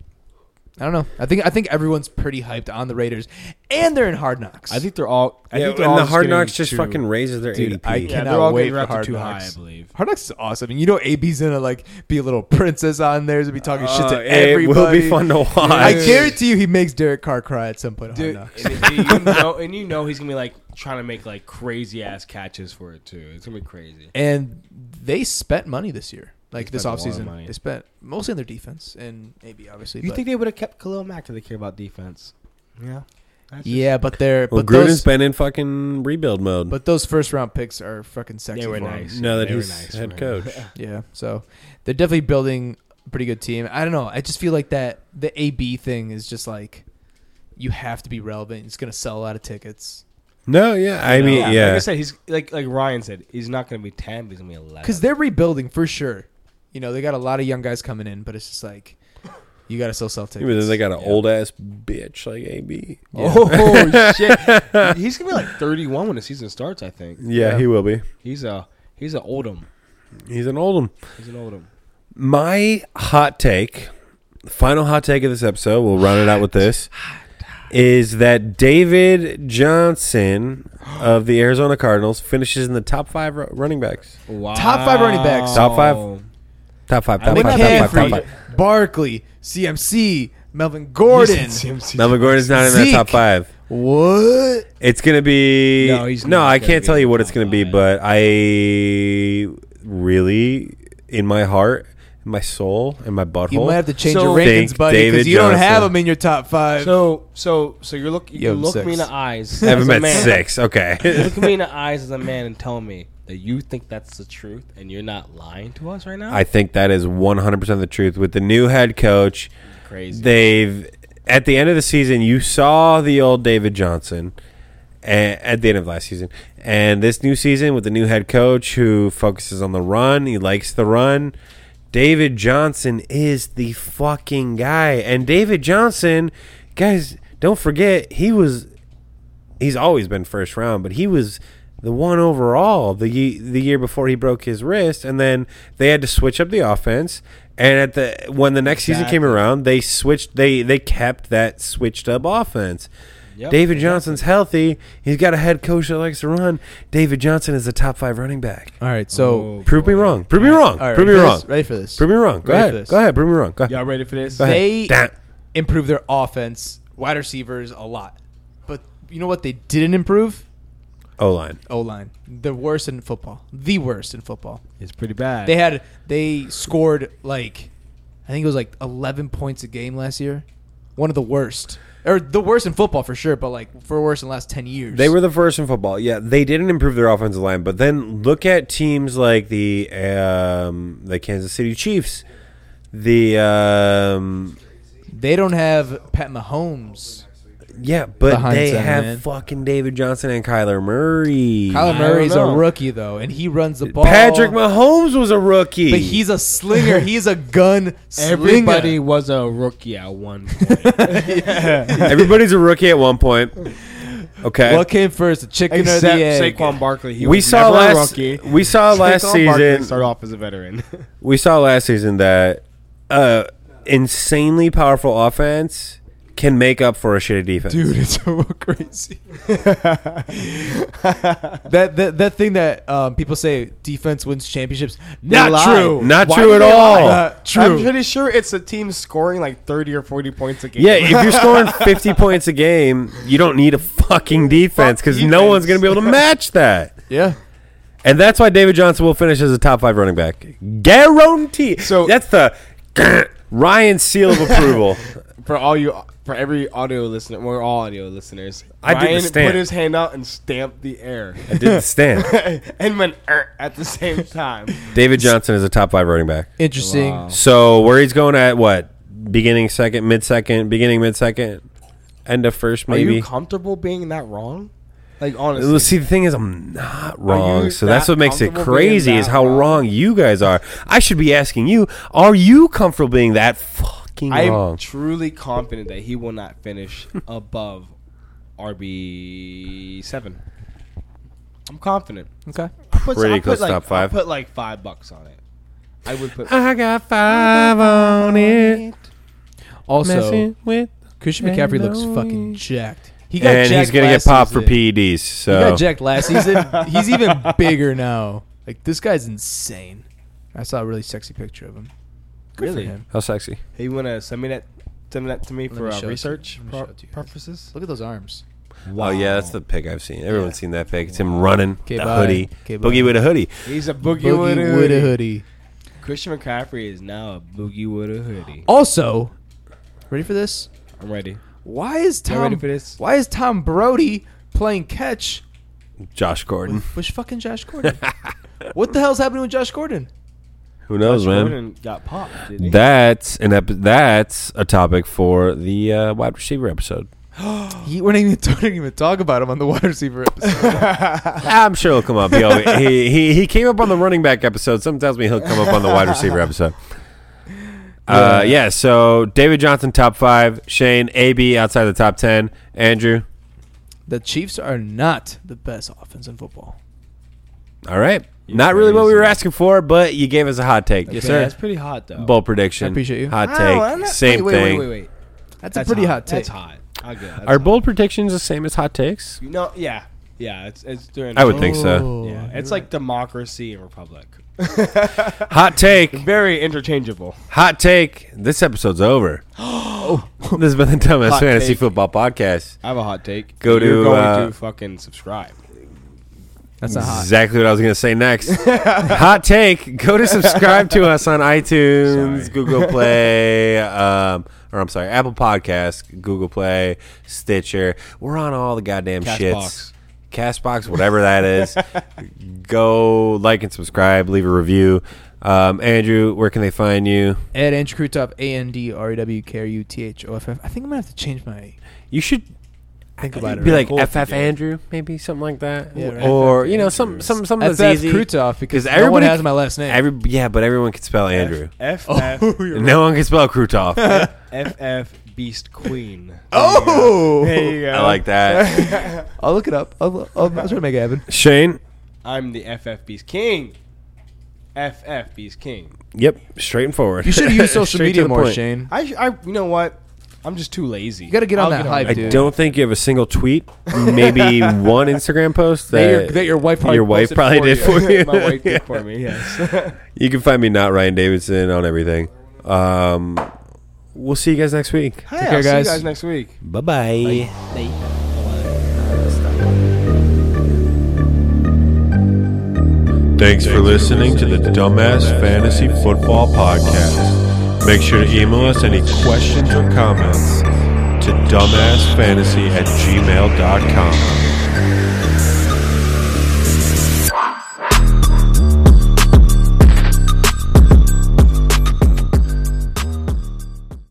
[SPEAKER 4] I don't know. I think I think everyone's pretty hyped on the Raiders, and they're in Hard Knocks.
[SPEAKER 5] I think they're all. I
[SPEAKER 2] Yeah,
[SPEAKER 5] think
[SPEAKER 2] and
[SPEAKER 5] they're all
[SPEAKER 2] the hard
[SPEAKER 5] getting
[SPEAKER 2] knocks just
[SPEAKER 5] too-
[SPEAKER 2] fucking raises their
[SPEAKER 4] Dude,
[SPEAKER 2] ADP.
[SPEAKER 4] I
[SPEAKER 3] Yeah,
[SPEAKER 4] cannot
[SPEAKER 3] they're all
[SPEAKER 4] wait
[SPEAKER 3] getting
[SPEAKER 4] for
[SPEAKER 3] wrapped up
[SPEAKER 4] Hard
[SPEAKER 3] too high, I
[SPEAKER 4] Knocks.
[SPEAKER 3] believe.
[SPEAKER 4] Hard Knocks is awesome, and you know AB's gonna like be a little princess on there to be talking shit
[SPEAKER 2] Uh,
[SPEAKER 4] to
[SPEAKER 2] it
[SPEAKER 4] everybody.
[SPEAKER 2] will be fun to watch.
[SPEAKER 4] I guarantee you, he makes Derek Carr cry at some point. on Hard
[SPEAKER 3] Dude,
[SPEAKER 4] Knocks.
[SPEAKER 3] and, and you know, and you know he's gonna be like trying to make like crazy ass catches for it too. It's gonna be crazy.
[SPEAKER 4] and they spent money this year. Like this
[SPEAKER 3] spent a lot of
[SPEAKER 4] offseason,
[SPEAKER 3] money.
[SPEAKER 4] they spent mostly on their defense and AB obviously.
[SPEAKER 3] You
[SPEAKER 4] but-
[SPEAKER 3] think they would have kept Khalil Mack if they care about defense? Yeah. That's just-
[SPEAKER 4] yeah, but they're
[SPEAKER 2] Well,
[SPEAKER 4] but
[SPEAKER 2] Gruden's
[SPEAKER 4] those,
[SPEAKER 2] been in fucking rebuild mode.
[SPEAKER 4] but those first round picks are fucking sexy.
[SPEAKER 3] They were
[SPEAKER 4] for 'em.
[SPEAKER 3] nice.
[SPEAKER 2] now that
[SPEAKER 3] They were
[SPEAKER 2] he's
[SPEAKER 3] nice
[SPEAKER 2] head
[SPEAKER 3] for him.
[SPEAKER 2] coach,
[SPEAKER 4] Yeah, so they're definitely building a pretty good team. I don't know. I just feel like that the AB thing is just like you have to be relevant. It's gonna sell a lot of tickets
[SPEAKER 2] no, yeah, I mean, yeah,
[SPEAKER 3] Like I said, he's like like Ryan said, he's not gonna be ten, but he's gonna be eleven.
[SPEAKER 4] because they're rebuilding for sure. You know, they got a lot of young guys coming in, but it's just like you gotta still sell tickets.
[SPEAKER 2] Even then they got an old ass bitch like AB.
[SPEAKER 3] Oh shit! He's gonna be like 31 when the season starts. I think.
[SPEAKER 2] Yeah, he will be.
[SPEAKER 3] He's a he's an oldum.
[SPEAKER 2] He's an old one.
[SPEAKER 3] He's an oldum.
[SPEAKER 2] My hot take, the final hot take of this episode, we'll round it out with this, is that David Johnson of the Arizona Cardinals finishes in the top five ru- running backs.
[SPEAKER 3] Wow.
[SPEAKER 4] Top five running backs.
[SPEAKER 2] Top five? Top five, top five, top five, top
[SPEAKER 4] McCaffrey,
[SPEAKER 2] five.
[SPEAKER 4] Barkley, CMC, Melvin Gordon.
[SPEAKER 2] Melvin Gordon's not in that
[SPEAKER 4] Zeke.
[SPEAKER 2] top five.
[SPEAKER 4] What?
[SPEAKER 2] It's gonna be no.
[SPEAKER 3] No, he's not
[SPEAKER 2] I
[SPEAKER 3] gonna
[SPEAKER 2] can't
[SPEAKER 3] be
[SPEAKER 2] tell
[SPEAKER 3] in
[SPEAKER 2] you
[SPEAKER 3] the
[SPEAKER 2] what it's
[SPEAKER 3] top
[SPEAKER 2] gonna be,
[SPEAKER 3] five.
[SPEAKER 2] but I really, in my heart, in my soul, in my butthole,
[SPEAKER 4] You might have to change
[SPEAKER 3] So-
[SPEAKER 4] your rankings,
[SPEAKER 2] Think
[SPEAKER 4] buddy, because
[SPEAKER 2] David
[SPEAKER 4] you don't have
[SPEAKER 2] Johnson.
[SPEAKER 4] him in your top five.
[SPEAKER 3] So so so you're look you
[SPEAKER 4] Yo,
[SPEAKER 3] look
[SPEAKER 4] six.
[SPEAKER 3] me in the eyes.
[SPEAKER 2] I haven't
[SPEAKER 3] as a
[SPEAKER 2] met
[SPEAKER 3] man.
[SPEAKER 2] six.
[SPEAKER 3] You
[SPEAKER 2] Okay,
[SPEAKER 3] Look me in the eyes as a man and tell me that you think that's the truth and you're not lying to us right now.
[SPEAKER 2] I think that is one hundred percent the truth. With the new head coach,
[SPEAKER 3] Crazy.
[SPEAKER 2] they've at the end of the season, you saw the old David Johnson a- at the end of last season, and this new season with the new head coach who focuses on the run, he likes the run. David Johnson is the fucking guy, and David Johnson, guys, don't forget he was he's always been first round, but he was the one overall the ye- the year before he broke his wrist, and then they had to switch up the offense. And at the when the next season came around, they switched they they kept that switched up offense.
[SPEAKER 3] Yep,
[SPEAKER 2] David Johnson's healthy. He's got a head coach that likes to run. David Johnson is a top five running back.
[SPEAKER 4] all right,
[SPEAKER 3] Oh.
[SPEAKER 4] so
[SPEAKER 2] Prove me wrong. Prove me wrong.
[SPEAKER 4] all right,
[SPEAKER 2] Prove me
[SPEAKER 4] ready for
[SPEAKER 2] wrong.
[SPEAKER 4] this? Ready for this?
[SPEAKER 2] Prove me wrong. Go
[SPEAKER 4] Ready for
[SPEAKER 2] ahead.
[SPEAKER 4] this?
[SPEAKER 2] Go ahead. Prove me wrong. Go ahead.
[SPEAKER 3] Y'all ready for this?
[SPEAKER 2] Go ahead.
[SPEAKER 4] They
[SPEAKER 2] Damn.
[SPEAKER 4] improve their offense, wide receivers a lot, but you know what? They didn't improve
[SPEAKER 2] O line.
[SPEAKER 4] O line. The worst in football. The worst in football.
[SPEAKER 3] It's pretty bad.
[SPEAKER 4] They had they scored like I think it was like 11 points a game last year. One of the worst, or the worst in football for sure, but like for worse in the last 10 years.
[SPEAKER 2] They were the first in football. Yeah, they didn't improve their offensive line, but then look at teams like the um, the Kansas City Chiefs, the um,
[SPEAKER 4] They don't have Pat Mahomes.
[SPEAKER 2] yeah, but
[SPEAKER 4] Behind
[SPEAKER 2] they
[SPEAKER 4] center,
[SPEAKER 2] have
[SPEAKER 4] man.
[SPEAKER 2] fucking David Johnson and Kyler Murray.
[SPEAKER 4] Kyler
[SPEAKER 3] don't
[SPEAKER 4] Murray's a
[SPEAKER 3] know.
[SPEAKER 4] rookie though, and he runs the ball.
[SPEAKER 2] Patrick Mahomes was a rookie,
[SPEAKER 4] but he's a slinger. He's a gun slinger.
[SPEAKER 3] Everybody was a rookie at one point.
[SPEAKER 2] everybody's a rookie at one point. Okay,
[SPEAKER 4] What came first, the chicken
[SPEAKER 3] Except
[SPEAKER 4] or the egg?
[SPEAKER 3] Saquon Barkley. He
[SPEAKER 2] we
[SPEAKER 3] was
[SPEAKER 2] saw
[SPEAKER 3] never a
[SPEAKER 2] last
[SPEAKER 3] rookie.
[SPEAKER 2] we saw last
[SPEAKER 3] Saquon Barkley
[SPEAKER 2] season
[SPEAKER 3] started off as a veteran.
[SPEAKER 2] we saw last season that uh, insanely powerful offense can make up for a shitty defense.
[SPEAKER 4] Dude, it's so crazy. that, that that thing that um, people say defense wins championships. Not
[SPEAKER 3] lie.
[SPEAKER 4] true.
[SPEAKER 2] Not
[SPEAKER 3] Why
[SPEAKER 2] true
[SPEAKER 3] do
[SPEAKER 2] at
[SPEAKER 3] they
[SPEAKER 2] all.
[SPEAKER 3] lie?
[SPEAKER 4] Not true.
[SPEAKER 3] I'm pretty sure it's a team scoring like 30 or 40 points a game.
[SPEAKER 2] Yeah, if you're scoring 50 points a game, you don't need a fucking defense
[SPEAKER 3] Fuck
[SPEAKER 2] because no one's going to
[SPEAKER 3] defense.
[SPEAKER 2] be able to match that.
[SPEAKER 4] yeah.
[SPEAKER 2] And that's why David Johnson will finish as a top five running back. Guarantee.
[SPEAKER 3] So-
[SPEAKER 2] So that's the Ryan seal of approval.
[SPEAKER 3] For all you, for every audio listener, we're all audio listeners.
[SPEAKER 2] I did the stamp.
[SPEAKER 3] put his hand out and stamped the air,
[SPEAKER 2] I didn't stand.
[SPEAKER 3] and went "Er," at the same time.
[SPEAKER 2] David Johnson is a top five running back.
[SPEAKER 4] Interesting.
[SPEAKER 3] Wow.
[SPEAKER 2] So where he's going at what? Beginning second, mid second, beginning mid second, end of first
[SPEAKER 3] Are
[SPEAKER 2] maybe.
[SPEAKER 3] you comfortable being that wrong? Like honestly,
[SPEAKER 2] Well, see, the thing is, I'm not wrong.
[SPEAKER 3] you
[SPEAKER 2] So that's
[SPEAKER 3] that
[SPEAKER 2] what makes it
[SPEAKER 3] comfortable being
[SPEAKER 2] crazy is
[SPEAKER 3] that
[SPEAKER 2] how wrong?
[SPEAKER 3] wrong?
[SPEAKER 2] you guys are. I should be asking you, are you comfortable being that fucking
[SPEAKER 3] I'm
[SPEAKER 2] wrong?
[SPEAKER 3] truly confident that he will not finish above RB seven. I'm confident.
[SPEAKER 4] Okay.
[SPEAKER 3] I put,
[SPEAKER 2] Pretty
[SPEAKER 3] I put
[SPEAKER 2] close to
[SPEAKER 3] like,
[SPEAKER 2] top five.
[SPEAKER 3] I put like five bucks on it. I would put.
[SPEAKER 2] I got five on it.
[SPEAKER 4] Also,
[SPEAKER 2] with
[SPEAKER 4] Christian McCaffrey looks fucking jacked. He
[SPEAKER 2] and he's
[SPEAKER 4] jacked
[SPEAKER 2] gonna get
[SPEAKER 4] last
[SPEAKER 2] popped for
[SPEAKER 4] season.
[SPEAKER 2] PEDs.
[SPEAKER 4] He
[SPEAKER 2] So
[SPEAKER 4] got jacked last season. He's even bigger now. Like this guy's insane. I saw a really sexy picture of him. Good
[SPEAKER 3] Really?
[SPEAKER 4] For him.
[SPEAKER 2] how sexy?
[SPEAKER 3] Hey, you wanna send me that? Send that to me
[SPEAKER 4] Let
[SPEAKER 3] for
[SPEAKER 4] me
[SPEAKER 3] uh,
[SPEAKER 4] show it to you.
[SPEAKER 3] research
[SPEAKER 4] Let me
[SPEAKER 3] pur-
[SPEAKER 4] show it to you guys.
[SPEAKER 3] purposes.
[SPEAKER 4] Look at those arms.
[SPEAKER 2] Oh yeah, that's the pic I've seen. Everyone's seen that pic. It's him running
[SPEAKER 4] Okay,
[SPEAKER 2] the
[SPEAKER 4] bye.
[SPEAKER 2] hoodie,
[SPEAKER 4] Okay, bye.
[SPEAKER 2] boogie with a hoodie.
[SPEAKER 3] He's a boogie,
[SPEAKER 4] Boogie
[SPEAKER 3] with, a
[SPEAKER 4] with
[SPEAKER 3] hoodie.
[SPEAKER 4] a hoodie.
[SPEAKER 3] Christian McCaffrey is now a boogie with a hoodie.
[SPEAKER 4] Also, ready for this?
[SPEAKER 3] I'm ready.
[SPEAKER 4] Why is
[SPEAKER 3] Y'all
[SPEAKER 4] Tom?
[SPEAKER 3] ready for this?
[SPEAKER 4] Why is Tom Brody playing catch
[SPEAKER 2] Josh Gordon.
[SPEAKER 4] with fucking Josh Gordon? what the hell's happening with Josh Gordon?
[SPEAKER 2] Who knows, man?
[SPEAKER 3] Jordan got popped. Did he?
[SPEAKER 2] That's an epi- that's a topic for the uh, wide receiver episode.
[SPEAKER 4] He, we're not even, don't even talk about him on the wide receiver episode.
[SPEAKER 2] I'm sure he'll come up. He, always, he he he came up on the running back episode. Sometimes we he'll come up on the wide receiver episode. Uh, yeah. So David Johnson top five, Shane AB outside the top ten, Andrew.
[SPEAKER 4] the Chiefs are not the best offense in football.
[SPEAKER 2] All right, not really what we were asking for, but you gave us a hot take. Yes,
[SPEAKER 3] Yeah,
[SPEAKER 2] sir.
[SPEAKER 3] that's pretty hot though.
[SPEAKER 2] Bold prediction.
[SPEAKER 4] I appreciate you.
[SPEAKER 2] Hot
[SPEAKER 3] Oh. I
[SPEAKER 2] take.
[SPEAKER 3] don't- Oh, I'm not-
[SPEAKER 2] same
[SPEAKER 3] wait, wait,
[SPEAKER 2] thing.
[SPEAKER 3] Wait, wait, wait.
[SPEAKER 4] That's, a pretty hot, take.
[SPEAKER 3] That's hot. I get. That's
[SPEAKER 2] Are
[SPEAKER 3] hot.
[SPEAKER 2] bold predictions the same as hot takes?
[SPEAKER 3] You know, yeah, yeah. It's it's during.
[SPEAKER 2] I would think so.
[SPEAKER 4] Oh,
[SPEAKER 3] Yeah, it's like democracy and republic.
[SPEAKER 2] Hot take.
[SPEAKER 3] Very interchangeable.
[SPEAKER 2] Hot take. This episode's over. this has been the dumbest
[SPEAKER 3] Hot
[SPEAKER 2] fantasy
[SPEAKER 3] take.
[SPEAKER 2] football podcast.
[SPEAKER 3] I have a hot take.
[SPEAKER 2] Go
[SPEAKER 3] You're
[SPEAKER 2] to,
[SPEAKER 3] going
[SPEAKER 2] uh,
[SPEAKER 3] to fucking subscribe.
[SPEAKER 4] that's not hot.
[SPEAKER 2] Exactly what I was going to say next. Hot take. Go to subscribe to us on iTunes,
[SPEAKER 3] Sorry.
[SPEAKER 2] Google Play, um, or I'm sorry, Apple Podcasts, Google Play, Stitcher. We're on all the goddamn shits.
[SPEAKER 3] Castbox.
[SPEAKER 2] Castbox, whatever that is. Go like and subscribe. Leave a review. Um, Andrew, where can they find you?
[SPEAKER 4] Ed Andrew Krutop, A N D R E W K R U T H O F F. I think I'm gonna have to change my.
[SPEAKER 2] You should
[SPEAKER 4] Think about it.
[SPEAKER 2] be like
[SPEAKER 4] right?
[SPEAKER 2] FF Andrew, maybe something like that,
[SPEAKER 4] Yeah, right.
[SPEAKER 2] or you know, some some some of
[SPEAKER 4] FF
[SPEAKER 2] that's easy.
[SPEAKER 4] Krutov because
[SPEAKER 2] Because
[SPEAKER 4] everyone
[SPEAKER 2] everybody-
[SPEAKER 4] has my last name.
[SPEAKER 2] Every yeah, but everyone can spell Andrew.
[SPEAKER 3] F
[SPEAKER 4] Oh,
[SPEAKER 2] No one can spell Krutov.
[SPEAKER 3] F F Beast Queen.
[SPEAKER 4] oh,
[SPEAKER 3] There you go.
[SPEAKER 2] I like that.
[SPEAKER 4] I'll look it up. I'll, I'll, I'll try to make it happen.
[SPEAKER 2] Shane.
[SPEAKER 3] I'm the FF Beast King. FF Beast King.
[SPEAKER 2] Yep, straight and forward.
[SPEAKER 4] You should have used social
[SPEAKER 2] Straight to
[SPEAKER 4] media
[SPEAKER 2] the
[SPEAKER 4] more,
[SPEAKER 2] point.
[SPEAKER 4] Shane.
[SPEAKER 3] I, I you know what? I'm just too lazy. You
[SPEAKER 4] gotta get on that hype,
[SPEAKER 2] I
[SPEAKER 3] it.
[SPEAKER 4] dude.
[SPEAKER 2] don't think you have a single tweet, maybe one Instagram post
[SPEAKER 4] That
[SPEAKER 2] that,
[SPEAKER 4] your- that your wife probably
[SPEAKER 2] your wife
[SPEAKER 4] posted
[SPEAKER 2] probably
[SPEAKER 4] for
[SPEAKER 2] did
[SPEAKER 4] you.
[SPEAKER 2] for you.
[SPEAKER 3] My wife did for me. Yes.
[SPEAKER 2] You can find me not Ryan Davidson on everything. Um, we'll see you guys next week.
[SPEAKER 3] Hey,
[SPEAKER 4] care,
[SPEAKER 3] I'll see you
[SPEAKER 4] guys.
[SPEAKER 3] guys next week.
[SPEAKER 2] Bye bye.
[SPEAKER 1] Thanks for listening to the Dumbass Fantasy Football Podcast. Make sure to email us any questions or comments to dumbassfantasy at gmail.com.